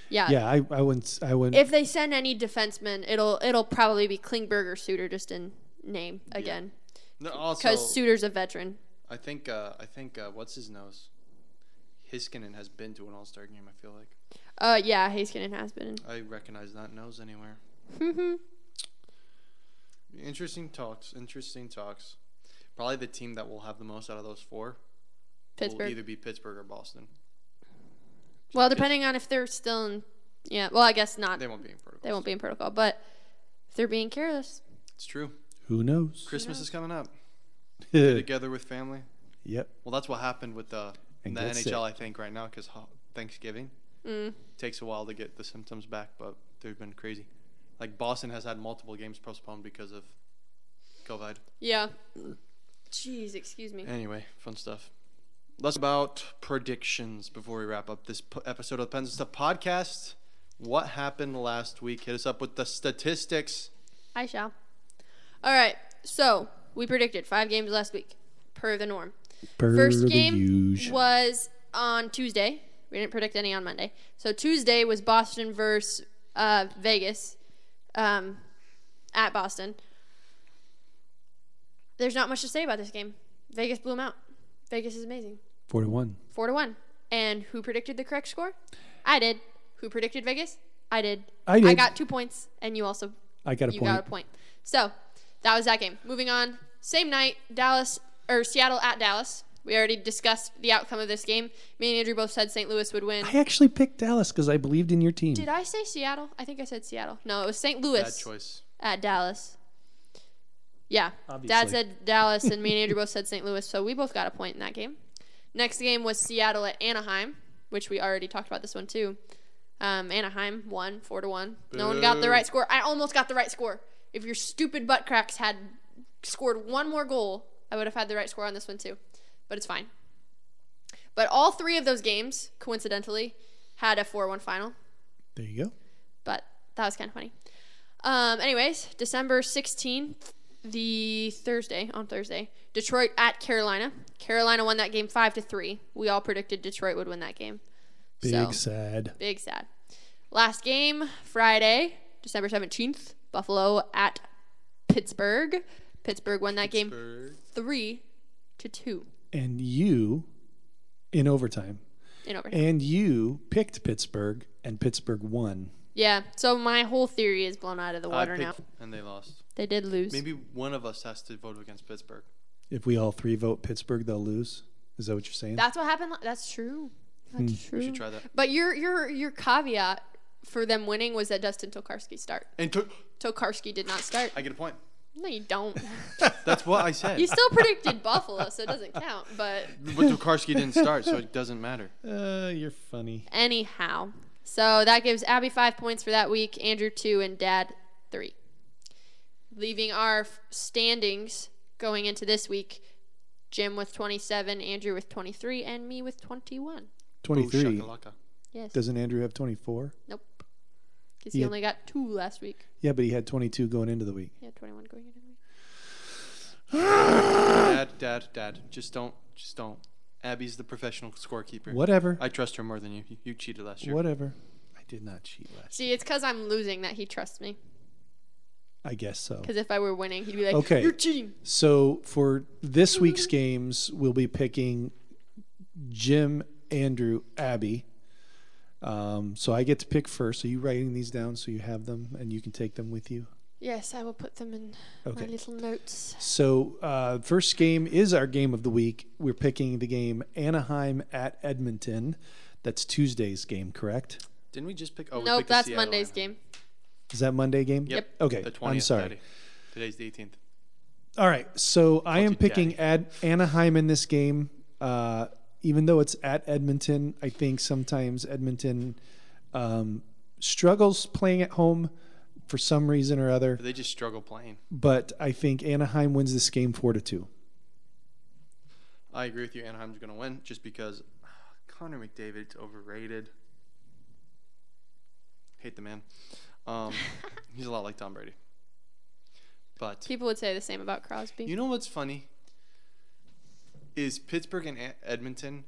Speaker 2: Yeah.
Speaker 3: Yeah, I, I wouldn't I wouldn't
Speaker 2: If they send any defensemen, it'll it'll probably be Klingberg or Suter just in name again
Speaker 1: No, also,
Speaker 2: because Suter's a veteran.
Speaker 1: I think, uh, I think, uh, what's his nose? Hiskinen has been to an All Star game. I feel like
Speaker 2: Uh, yeah, Haskinen has been.
Speaker 1: I recognize that nose anywhere. Interesting talks. Interesting talks. Probably the team that will have the most out of those four will
Speaker 2: Pittsburgh.
Speaker 1: either be Pittsburgh or Boston.
Speaker 2: well, depending on if they're still in. Yeah. Well, I guess not.
Speaker 1: They won't be in protocol.
Speaker 2: They won't be in protocol, but if they're being careless.
Speaker 1: It's true.
Speaker 3: who knows?
Speaker 1: Christmas is coming up.
Speaker 3: yep.
Speaker 1: Together with family. Well, that's what happened with the,
Speaker 3: And
Speaker 1: the
Speaker 3: get
Speaker 1: NHL,
Speaker 3: sick.
Speaker 1: I think, right now, because Thanksgiving
Speaker 2: Mm.
Speaker 1: takes a while to get the symptoms back, but they've been crazy. Like Boston has had multiple games postponed because of COVID.
Speaker 2: Yeah. Jeez, excuse me.
Speaker 1: Anyway, fun stuff. Let's talk about predictions before we wrap up this p- episode of the Pens and Stuff podcast. What happened last week? Hit us up with the statistics.
Speaker 2: I shall. All right. So we predicted five games last week, per the norm.
Speaker 3: Per
Speaker 2: First
Speaker 3: the
Speaker 2: game
Speaker 3: usual.
Speaker 2: was on Tuesday. We didn't predict any on Monday. So Tuesday was Boston versus uh, Vegas um, at Boston. There's not much to say about this game. Vegas blew them out. Vegas is amazing.
Speaker 3: Forty one.
Speaker 2: Four to one. And who predicted the correct score? I did. Who predicted Vegas? I did.
Speaker 3: I did.
Speaker 2: I got two points, and you also
Speaker 3: I got a
Speaker 2: you
Speaker 3: point.
Speaker 2: got a point. So that was that game. Moving on, same night, Dallas or Seattle at Dallas. We already discussed the outcome of this game. Me and Andrew both said St. Louis would win.
Speaker 3: I actually picked Dallas because I believed in your team.
Speaker 2: Did I say Seattle? I think I said Seattle. No, it was St. Louis
Speaker 1: Bad choice.
Speaker 2: at Dallas. Yeah. Dad
Speaker 3: Obviously.
Speaker 2: said Dallas, and me and Andrew both said St. Louis, so we both got a point in that game. Next game was Seattle at Anaheim, which we already talked about this one too. Um, Anaheim won four to one. No one got the
Speaker 1: Boo.
Speaker 2: right score. I almost got the right score. If your stupid butt cracks had scored one more goal, I would have had the right score on this one too. But it's fine. But all three of those games, coincidentally, had a four-one final
Speaker 3: There you go.
Speaker 2: but that was kind of funny. Um, anyways, December 16th, the Thursday, on Thursday, Detroit at Carolina. Carolina won that game 5 to 3. We all predicted Detroit would win that game.
Speaker 3: Big
Speaker 2: so,
Speaker 3: sad.
Speaker 2: big sad. Last game, Friday, December 17th, Buffalo at Pittsburgh. Pittsburgh won that game
Speaker 1: Pittsburgh.
Speaker 2: 3 to 2
Speaker 3: And you, in overtime,
Speaker 2: in overtime.
Speaker 3: and you picked Pittsburgh, and Pittsburgh won.
Speaker 2: Yeah, so my whole theory is blown out of the
Speaker 1: I
Speaker 2: water now.
Speaker 1: picked- and they lost.
Speaker 2: They did lose.
Speaker 1: Maybe one of us has to vote against Pittsburgh.
Speaker 3: If we all three vote Pittsburgh, they'll lose. Is that what you're saying?
Speaker 2: That's what happened. la- That's true. That's
Speaker 3: Hmm.
Speaker 2: true.
Speaker 1: We should try that.
Speaker 2: But your your your caveat for them winning was that Dustin Tokarski start.
Speaker 1: And to-
Speaker 2: Tokarski did not start.
Speaker 1: I get a point.
Speaker 2: No, you don't.
Speaker 1: That's what I said.
Speaker 2: You still predicted Buffalo, so it doesn't count. But
Speaker 1: but Dukarski didn't start, so it doesn't matter.
Speaker 3: uh, you're funny.
Speaker 2: anyhow, so that gives Abby five points for that week, Andrew two, and Dad three. Leaving our f- standings going into this week, Jim with twenty seven, Andrew with twenty three, and me with twenty one.
Speaker 1: Boo,
Speaker 3: 23.
Speaker 1: shakalaka.
Speaker 2: Yes.
Speaker 3: Doesn't Andrew have 24?
Speaker 2: nope. Because he
Speaker 3: Yeah.
Speaker 2: only got two last week.
Speaker 3: Yeah, but he had 22 going into the week.
Speaker 2: Yeah, twenty one going into the week.
Speaker 1: Dad, dad, dad. Just don't. Just don't. Abby's the professional scorekeeper.
Speaker 3: Whatever.
Speaker 1: I trust her more than you. You- You cheated last year.
Speaker 3: Whatever. I did not cheat last.
Speaker 2: See, it's because I'm losing that he trusts me.
Speaker 3: I guess so.
Speaker 2: Because if I were winning, he'd be like,
Speaker 3: Okay.
Speaker 2: "You're cheating."
Speaker 3: So for this week's games, we'll be picking Jim, Andrew, Abby. Um, so I get to pick first. Are you writing these down so you have them and you can take them with you?
Speaker 2: Yes, I will put them in my
Speaker 3: Okay.
Speaker 2: little notes.
Speaker 3: So uh, first game is our game of the week. We're picking the game Anaheim at Edmonton. That's Tuesday's game, correct?
Speaker 1: Didn't we just pick? Oh, we
Speaker 2: nope,
Speaker 1: picked the
Speaker 2: that's
Speaker 1: Seattle
Speaker 2: Monday's
Speaker 1: lineup.
Speaker 2: game.
Speaker 3: Is that Monday game?
Speaker 1: Yep.
Speaker 3: Okay.
Speaker 1: The 20th,
Speaker 3: I'm sorry.
Speaker 1: Daddy. Today's the 18th.
Speaker 3: All right, so I am
Speaker 1: Fucking
Speaker 3: picking Ad- Anaheim in this game, uh, even though it's at Edmonton. I think sometimes Edmonton um, struggles playing at home for some reason or other,
Speaker 1: But they just struggle playing.
Speaker 3: but I think Anaheim wins this game four to two.
Speaker 1: I agree with you. Anaheim's going to win just because ah, Connor McDavid's overrated. Hate the man. Um, he's a lot like Tom Brady. But
Speaker 2: People would say the same about Crosby.
Speaker 1: you know what's funny? Is Pittsburgh and Ed- Edmonton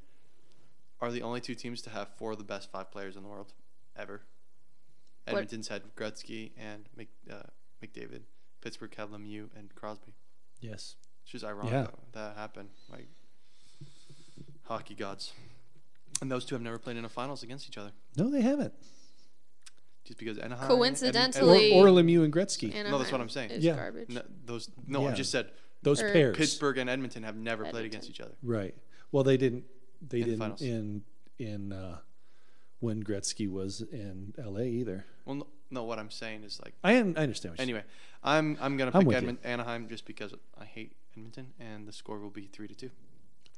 Speaker 1: are the only two teams to have four of the best five players in the world ever.
Speaker 2: What-
Speaker 1: Edmonton's had Gretzky and Mc, uh, McDavid. Pittsburgh had Lemieux and Crosby.
Speaker 3: Yes.
Speaker 1: It's just ironic
Speaker 3: Yeah.
Speaker 1: that, that happened. Like hockey gods, and those two have never played in a finals against each other,
Speaker 3: No, they haven't.
Speaker 1: just because Anaheim.
Speaker 3: Or,
Speaker 2: Coincidentally- Really?
Speaker 3: or Lemieux and Gretzky.
Speaker 2: Anaheim
Speaker 1: no, that's what I'm saying.
Speaker 2: Is
Speaker 3: Yeah.
Speaker 2: Garbage.
Speaker 1: Oh, no, those no,
Speaker 3: Yeah.
Speaker 1: I just said
Speaker 3: Those
Speaker 2: or
Speaker 3: pairs.
Speaker 1: Pittsburgh and Edmonton have never played against
Speaker 2: Edmonton.
Speaker 1: each other.
Speaker 3: Right. Well, they didn't. They
Speaker 1: In the
Speaker 3: didn't
Speaker 1: finals.
Speaker 3: in in uh, when Gretzky was in L.A. either.
Speaker 1: Well, no, no, what I'm saying is like
Speaker 3: I, I understand. What you're
Speaker 1: anyway, I'm I'm gonna
Speaker 3: I'm
Speaker 1: pick
Speaker 3: with you.
Speaker 1: Edmon- Anaheim just because I hate Edmonton, and the score will be three to two.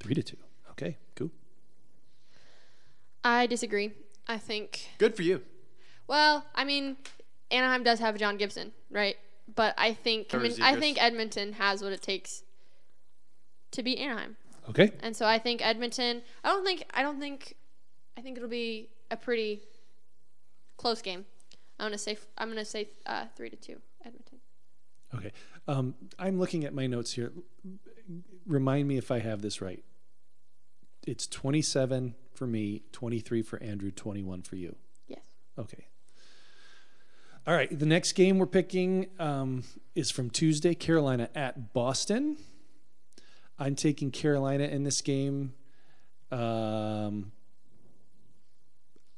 Speaker 3: Three to two. Okay. Cool.
Speaker 2: I disagree. I think.
Speaker 1: Good for you.
Speaker 2: Well, I mean, Anaheim does have John Gibson, right? But I think I, mean,
Speaker 1: Thursday,
Speaker 2: I
Speaker 1: Chris.
Speaker 2: think Edmonton has what it takes to beat Anaheim,
Speaker 3: Okay.
Speaker 2: and so I think Edmonton. I don't think. I don't think. I think it'll be a pretty close game. I'm gonna say. I'm gonna say uh, three to two, Edmonton.
Speaker 3: Okay. Um, I'm looking at my notes here. Remind me if I have this right. It's 27 for me, 23 for Andrew, 21 for you.
Speaker 2: Yes.
Speaker 3: Okay. All right. The next game we're picking um, is from Tuesday Carolina at Boston. I'm taking Carolina in this game um,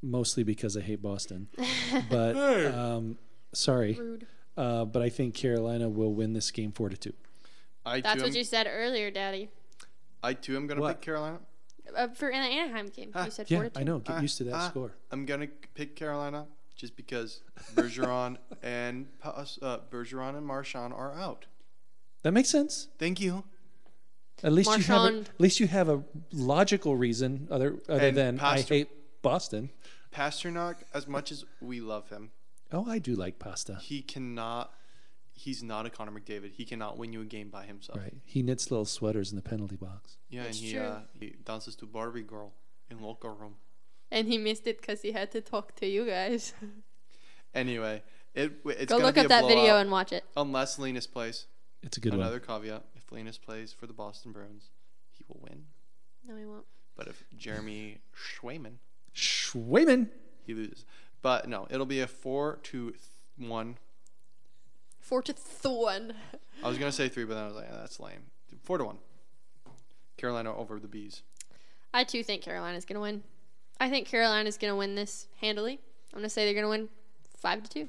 Speaker 3: mostly because I hate Boston. But um, sorry.
Speaker 2: Rude.
Speaker 3: Uh, but I think Carolina will win this game four to two.
Speaker 1: I
Speaker 2: That's
Speaker 1: too
Speaker 2: what
Speaker 1: am,
Speaker 2: you said earlier, Daddy.
Speaker 1: I too am gonna
Speaker 3: What?
Speaker 1: pick Carolina.
Speaker 2: Uh, for an Anaheim game,
Speaker 1: Ah,
Speaker 2: you said four
Speaker 3: Yeah,
Speaker 2: to two. Uh,
Speaker 3: I know. Get
Speaker 1: Ah,
Speaker 3: used to that
Speaker 1: ah,
Speaker 3: score.
Speaker 1: I'm gonna pick Carolina just because Bergeron and Pas- uh, Bergeron and Marchand are out.
Speaker 3: That makes sense.
Speaker 1: Thank you.
Speaker 3: At least you have a,
Speaker 2: Marchand.
Speaker 3: at least you have a logical reason other other
Speaker 1: And
Speaker 3: than I
Speaker 1: Pastor-
Speaker 3: hate Boston.
Speaker 1: Pasternak, as much as we love him,
Speaker 3: Oh, I do like pasta.
Speaker 1: he cannot. He's not a Connor McDavid. He cannot win you a game by himself.
Speaker 3: Right. He knits little sweaters in the penalty box.
Speaker 1: Yeah,
Speaker 2: That's
Speaker 1: and he,
Speaker 2: true.
Speaker 1: uh, he dances to Barbie Girl in locker room.
Speaker 2: And he missed it because he had to talk to you guys.
Speaker 1: Anyway, it it's
Speaker 2: Go
Speaker 1: gonna
Speaker 2: look
Speaker 1: be
Speaker 2: up
Speaker 1: a
Speaker 2: that video
Speaker 1: blowout
Speaker 2: and watch it.
Speaker 1: unless Linus plays.
Speaker 3: It's a good
Speaker 1: Another
Speaker 3: one.
Speaker 1: caveat: if Linus plays for the Boston Bruins, he will win.
Speaker 2: No, he won't.
Speaker 1: But if Jeremy Schwayman
Speaker 3: Schwayman.
Speaker 1: he loses. But no, it'll be a four to th- one.
Speaker 2: Four to th- one.
Speaker 1: I was gonna say three, but then I was like, "Ah, that's lame. Four to one. Carolina over the bees.
Speaker 2: I too think Carolina's gonna win. I think Carolina's gonna win this handily. I'm gonna say they're gonna win five to two.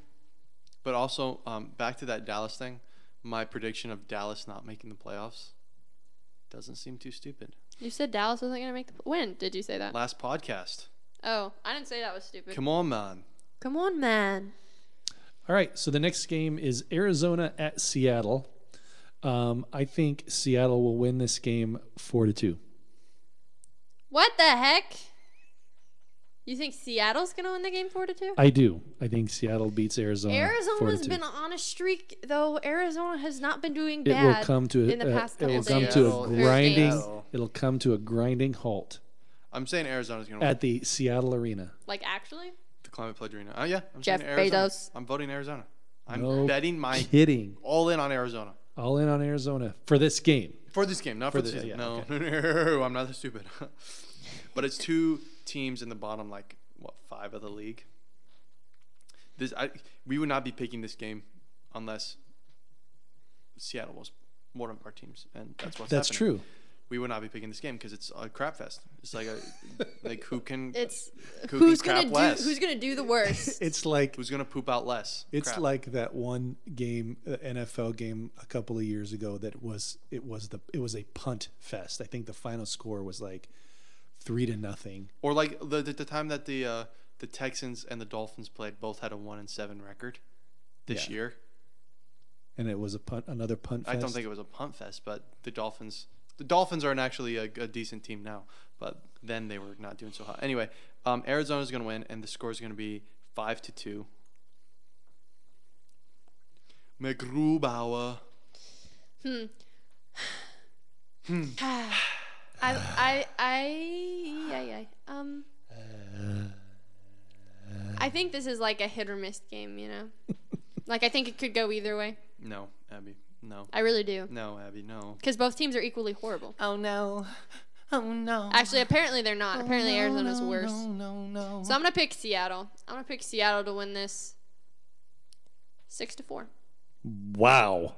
Speaker 1: But also, um, back to that Dallas thing. My prediction of Dallas not making the playoffs doesn't seem too stupid.
Speaker 2: You said Dallas wasn't gonna make the win. Did you say that?
Speaker 1: Last podcast.
Speaker 2: Oh, I didn't say that was stupid. Come,
Speaker 1: Come on, man.
Speaker 2: on, man.
Speaker 3: All right. So the next game is Arizona at Seattle. Um, I think Seattle will win this game four to two.
Speaker 2: What the heck? You think Seattle's gonna win the game four to two?
Speaker 3: I do. I think Seattle beats Arizona. four to
Speaker 2: Arizona's
Speaker 3: Uh, two.
Speaker 2: been on a streak, though. Arizona has not been doing
Speaker 3: it will
Speaker 2: bad.
Speaker 3: come to a, uh,
Speaker 2: in the past
Speaker 3: it will
Speaker 2: couple
Speaker 3: come
Speaker 1: days.
Speaker 3: to
Speaker 1: Seattle
Speaker 3: a
Speaker 1: is-
Speaker 3: grinding
Speaker 1: Seattle.
Speaker 3: it'll come to a grinding halt
Speaker 1: I'm saying Arizona's gonna win
Speaker 3: at the Seattle Arena.
Speaker 2: like actually,
Speaker 1: the Climate Pledge Arena. Oh yeah, I'm
Speaker 2: Jeff
Speaker 1: saying Arizona.
Speaker 2: Bezos.
Speaker 1: I'm voting Arizona. I'm
Speaker 3: No
Speaker 1: betting my
Speaker 3: Kidding.
Speaker 1: all in on Arizona.
Speaker 3: All in on Arizona for this game.
Speaker 1: For this game, not for,
Speaker 3: For
Speaker 1: the,
Speaker 3: the-
Speaker 1: season.
Speaker 3: yeah,
Speaker 1: no, no, I'm not that stupid. but it's two teams in the bottom, like what five of the league. This I we would not be picking this game unless Seattle was one of our teams, and that's what's
Speaker 3: That's
Speaker 1: happening.
Speaker 3: true.
Speaker 1: We would not be picking this game because it's a crap fest. It's like a like who can
Speaker 2: It's
Speaker 1: Cookie
Speaker 2: who's
Speaker 1: crap
Speaker 2: gonna do
Speaker 1: less.
Speaker 2: who's gonna do the worst.
Speaker 3: It's like
Speaker 1: who's gonna poop out less.
Speaker 3: it's
Speaker 1: Crap.
Speaker 3: like that one game, uh, NFL game a couple of years ago that was it was the it was a punt fest. I think the final score was like three to nothing.
Speaker 1: or like the the, the time that the uh, the Texans and the Dolphins played both had a one and seven record this
Speaker 3: Yeah.
Speaker 1: year.
Speaker 3: and it was a punt, another punt fest.
Speaker 1: I don't think it was a punt fest, but the Dolphins, the Dolphins aren't actually a, a decent team now, but then they were not doing so hot. Anyway, um, Arizona's going to win, and the score is going to be five to two. McGrubauer.
Speaker 2: I I I I I um. I think this is like a hit or miss game, you know. like I think it could go either way.
Speaker 1: No, Abby. No.
Speaker 2: I really do,
Speaker 1: No, Abby. No.
Speaker 2: because both teams are equally horrible.
Speaker 1: Oh no. Oh no. Oh,
Speaker 2: Actually, apparently they're not. Apparently Arizona's worse.
Speaker 1: no, no.
Speaker 2: So I'm gonna pick Seattle. I'm gonna pick Seattle to win this. Six to four.
Speaker 3: Wow,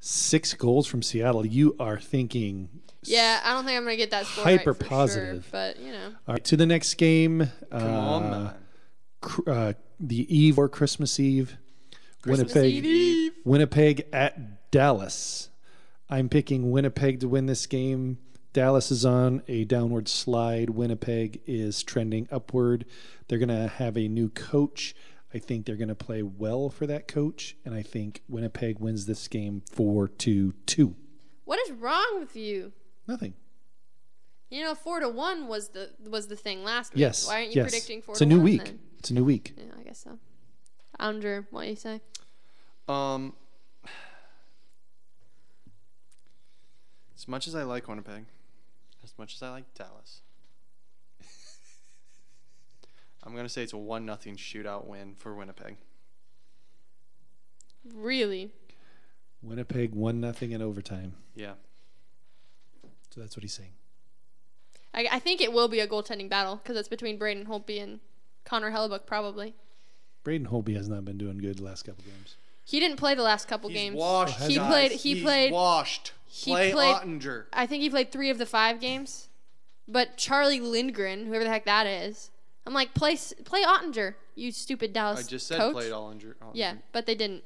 Speaker 3: six goals from Seattle. You are thinking.
Speaker 2: Yeah, I don't think I'm gonna get that score.
Speaker 3: Hyper
Speaker 2: right for
Speaker 3: positive.
Speaker 2: Sure, but you know,
Speaker 3: All right, to the next game.
Speaker 1: Come on,
Speaker 3: uh,
Speaker 1: man.
Speaker 3: cr- uh, the eve or Christmas Eve.
Speaker 1: Christmas
Speaker 3: Winnipeg.
Speaker 1: Eve.
Speaker 3: Winnipeg at Dallas. I'm picking Winnipeg to win this game. Dallas is on a downward slide. Winnipeg is trending upward. They're going to have a new coach. I think they're going to play well for that coach. And I think Winnipeg wins this game 4 to 2.
Speaker 2: what is wrong with you?
Speaker 3: Nothing.
Speaker 2: You know, four to one was the was the thing last week.
Speaker 3: Yes.
Speaker 2: Why aren't you
Speaker 3: yes.
Speaker 2: predicting four
Speaker 3: It's
Speaker 2: to
Speaker 3: a new
Speaker 2: one
Speaker 3: week.
Speaker 2: then?
Speaker 3: It's a new week.
Speaker 2: Yeah, I guess so. Andrew, what do you say?
Speaker 1: Um, as much as I like Winnipeg, as much as I like Dallas, I'm gonna say it's a one nothing shootout win for Winnipeg.
Speaker 2: Really?
Speaker 3: Winnipeg won nothing in overtime.
Speaker 1: Yeah,
Speaker 3: So that's what he's saying.
Speaker 2: I, I think it will be a goaltending battle because it's between Braden Holtby and Connor Hellebuck probably.
Speaker 3: Braden Holby has not been doing good the last couple games.
Speaker 2: He didn't play the last couple games.
Speaker 1: washed.
Speaker 2: He guys. played- he He's played-
Speaker 1: washed.
Speaker 2: he
Speaker 1: Play
Speaker 2: played-
Speaker 1: Ottinger.
Speaker 2: I think he played three of the five games. But Charlie Lindgren, whoever the heck that is, I'm like, play S- play Ottinger, you stupid Dallas
Speaker 1: I just said
Speaker 2: coach.
Speaker 1: played Ottinger. Ottinger.
Speaker 2: yeah, but they didn't.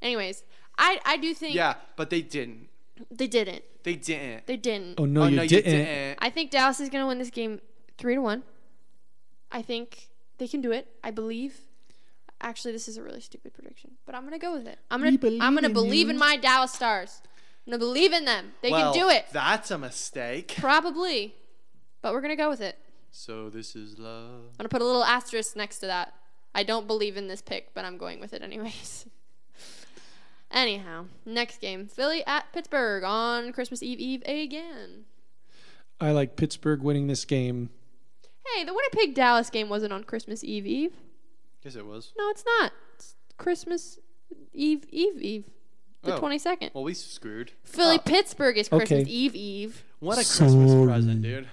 Speaker 2: Anyways, I I do think
Speaker 1: Yeah, but they didn't.
Speaker 2: they didn't.
Speaker 1: They didn't.
Speaker 2: They didn't.
Speaker 3: Oh, no,
Speaker 1: oh
Speaker 3: you,
Speaker 1: no,
Speaker 3: didn't.
Speaker 1: you didn't.
Speaker 2: I think Dallas is going to win this game three to one. I think they can do it. I believe. Actually, this is a really stupid prediction, but I'm going to go with it. I'm going to I'm going to believe in my Dallas Stars. I'm going to believe in them. They
Speaker 1: well,
Speaker 2: can do it.
Speaker 1: That's a mistake.
Speaker 2: Probably, but we're going to go with it.
Speaker 1: So this is love.
Speaker 2: I'm going to put a little asterisk next to that. I don't believe in this pick, but I'm going with it anyways. Anyhow, next game, Philly at Pittsburgh on Christmas Eve Eve again.
Speaker 3: I like Pittsburgh winning this game.
Speaker 2: Hey, the Winnipeg Dallas game wasn't on Christmas Eve Eve.
Speaker 1: Yes, it was.
Speaker 2: No, it's not. It's Christmas Eve, Eve, Eve. The
Speaker 1: Oh.
Speaker 2: twenty second.
Speaker 1: Well, we screwed.
Speaker 2: Philly Pittsburgh is Christmas
Speaker 3: Okay.
Speaker 2: Eve Eve.
Speaker 1: What a
Speaker 3: Sorry.
Speaker 1: Christmas present, dude.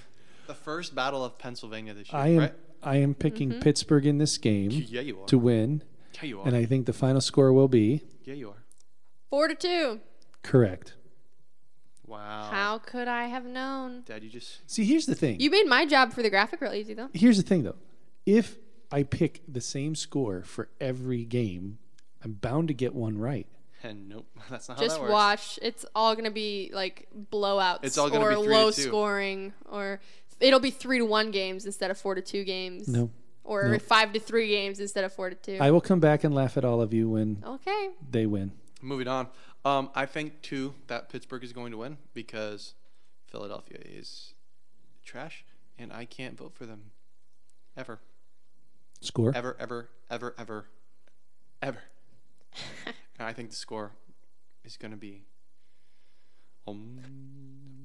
Speaker 1: The first battle of Pennsylvania this year,
Speaker 3: I am
Speaker 1: right?
Speaker 3: I am picking Pittsburgh in this game
Speaker 1: Yeah, you are.
Speaker 3: to win,
Speaker 1: yeah, you are.
Speaker 3: and I think the final score will be
Speaker 1: yeah, you are.
Speaker 2: Four to two.
Speaker 3: correct.
Speaker 1: Wow.
Speaker 2: How could I have known?
Speaker 1: Dad, you just
Speaker 3: See, here's the thing.
Speaker 2: You made my job for the graphic real easy
Speaker 1: Oh,
Speaker 2: though.
Speaker 3: here's the thing though. If I pick the same score for every game, I'm bound to get one right.
Speaker 1: and eh, nope, that's not
Speaker 2: Just
Speaker 1: how that works.
Speaker 2: watch. It's all gonna be like blowouts
Speaker 1: It's all gonna
Speaker 2: or
Speaker 1: be three to
Speaker 2: low
Speaker 1: two.
Speaker 2: scoring or it'll be three to one games instead of four to two games.
Speaker 3: No.
Speaker 2: Or
Speaker 3: No.
Speaker 2: five to three games instead of four to two.
Speaker 3: I will come back and laugh at all of you when
Speaker 2: okay.
Speaker 3: they win.
Speaker 1: Moving on. Um, I think too that Pittsburgh is going to win because Philadelphia is trash, and I can't vote for them ever,
Speaker 3: Score.
Speaker 1: ever, ever, ever, ever, ever. and I think the score is going to be. Um,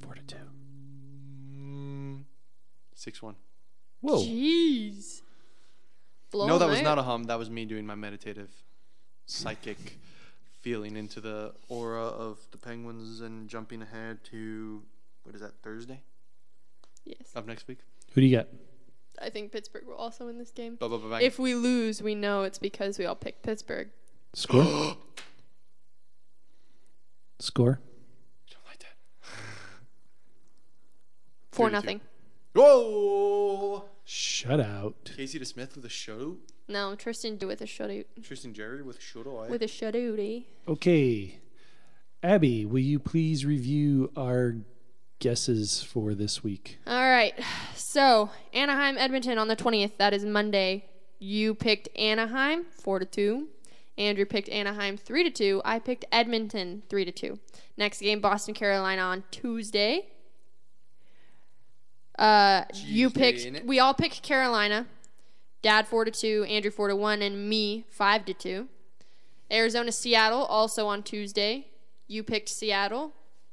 Speaker 3: Four to two.
Speaker 1: Six one.
Speaker 3: Whoa.
Speaker 2: Jeez.
Speaker 1: no, that was
Speaker 2: Blown
Speaker 1: not
Speaker 2: out.
Speaker 1: a hum. That was me doing my meditative, psychic feeling into the aura of the Penguins and jumping ahead to what is that Thursday
Speaker 2: Yes.
Speaker 1: of next week?
Speaker 3: Who do you got?
Speaker 2: I think Pittsburgh will also win this game.
Speaker 1: Ba- ba- ba- bang.
Speaker 2: If we lose, we know it's because we all picked Pittsburgh.
Speaker 3: Score? Score?
Speaker 1: Don't like that.
Speaker 2: For
Speaker 1: 32.
Speaker 2: nothing.
Speaker 1: Whoa!
Speaker 3: Shutout.
Speaker 1: Casey DeSmith with a shutout.
Speaker 2: No, Tristan do with a shutout.
Speaker 1: Tristan Jerry with a shutout.
Speaker 2: With a shutouty.
Speaker 3: Okay. Abby, will you please review our guesses for this week?
Speaker 2: All right. So Anaheim, Edmonton on the twentieth. That is Monday. You picked Anaheim four to two. Andrew picked Anaheim three to two. I picked Edmonton three to two. Next game, Boston, Carolina on Tuesday. Uh, you
Speaker 1: Tuesday,
Speaker 2: picked.
Speaker 1: innit?
Speaker 2: We all picked Carolina. Dad four to two. Andrew four to one, and me five to two. Arizona, Seattle also on Tuesday. You picked Seattle.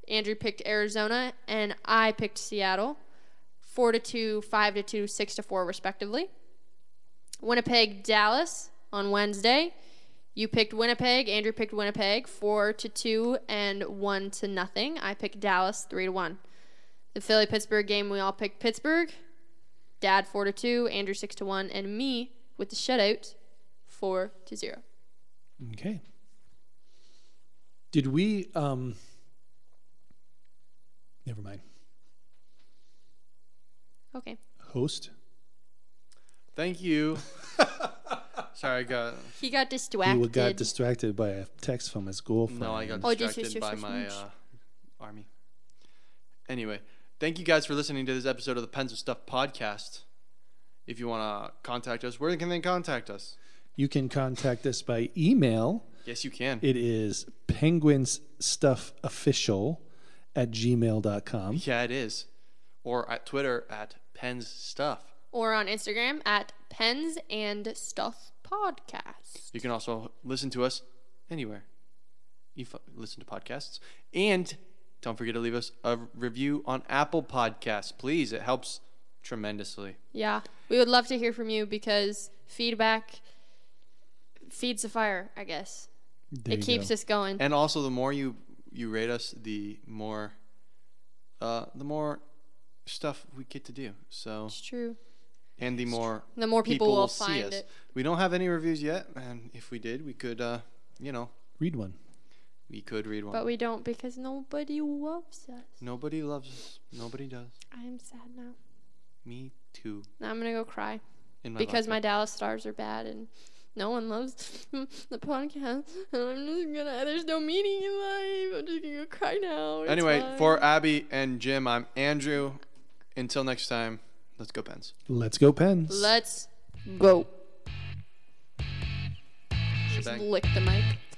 Speaker 2: Andrew picked Arizona, and I picked Seattle four to two, five to two, six to four, respectively. Winnipeg, Dallas on Wednesday. You picked Winnipeg. Andrew picked Winnipeg four to two and one to nothing. I picked Dallas three to one. The Philly Pittsburgh game, we all picked Pittsburgh. Dad four to two, Andrew six to one, and me with the shutout four to zero.
Speaker 3: Okay. Did we um never mind.
Speaker 2: Okay.
Speaker 3: Host?
Speaker 1: Thank you. Sorry, I got
Speaker 2: He got distracted.
Speaker 3: You got distracted by a text from his girlfriend.
Speaker 1: no, I got
Speaker 2: Oh, just-
Speaker 1: distracted
Speaker 2: just-
Speaker 1: by
Speaker 2: just-
Speaker 1: my
Speaker 2: just-
Speaker 1: uh, army. Anyway, thank you guys for listening to this episode of the Pens of Stuff podcast. If you want to contact us, where can they contact us?
Speaker 3: You can contact us by email.
Speaker 1: Yes, you can.
Speaker 3: It is penguinsstuffofficial at gmail.com.
Speaker 1: yeah, it is. Or at Twitter at Pens Stuff.
Speaker 2: or on Instagram at Pens and Stuff Podcast.
Speaker 1: You can also listen to us anywhere you f- listen to podcasts. And don't forget to leave us a review on Apple Podcasts, please. It helps tremendously.
Speaker 2: Yeah, we would love to hear from you because feedback feeds the fire. I guess
Speaker 3: There
Speaker 2: it
Speaker 3: you
Speaker 2: keeps
Speaker 3: go.
Speaker 2: us going.
Speaker 1: And also, the more you you rate us, the more uh, the more stuff we get to do. So
Speaker 2: it's true.
Speaker 1: and the more
Speaker 2: The more people, will
Speaker 1: see
Speaker 2: find
Speaker 1: us.
Speaker 2: it.
Speaker 1: We don't have any reviews yet, and if we did, we could uh, you know
Speaker 3: Read one.
Speaker 1: we could read one.
Speaker 2: But we don't because nobody loves us.
Speaker 1: Nobody loves us. Nobody does.
Speaker 2: I am sad now.
Speaker 1: Me too.
Speaker 2: Now I'm gonna go cry
Speaker 1: In my
Speaker 2: because my
Speaker 1: lifetime.
Speaker 2: Dallas Stars are bad and no one loves the podcast. And I'm just gonna. There's no meaning in life. I'm just gonna go cry now. It's
Speaker 1: Anyway,
Speaker 2: fine.
Speaker 1: for Abby and Jim, I'm Andrew. Until next time, let's go Pens.
Speaker 3: Let's go, Pens.
Speaker 2: let's go. Just
Speaker 1: Shebang.
Speaker 2: lick the mic.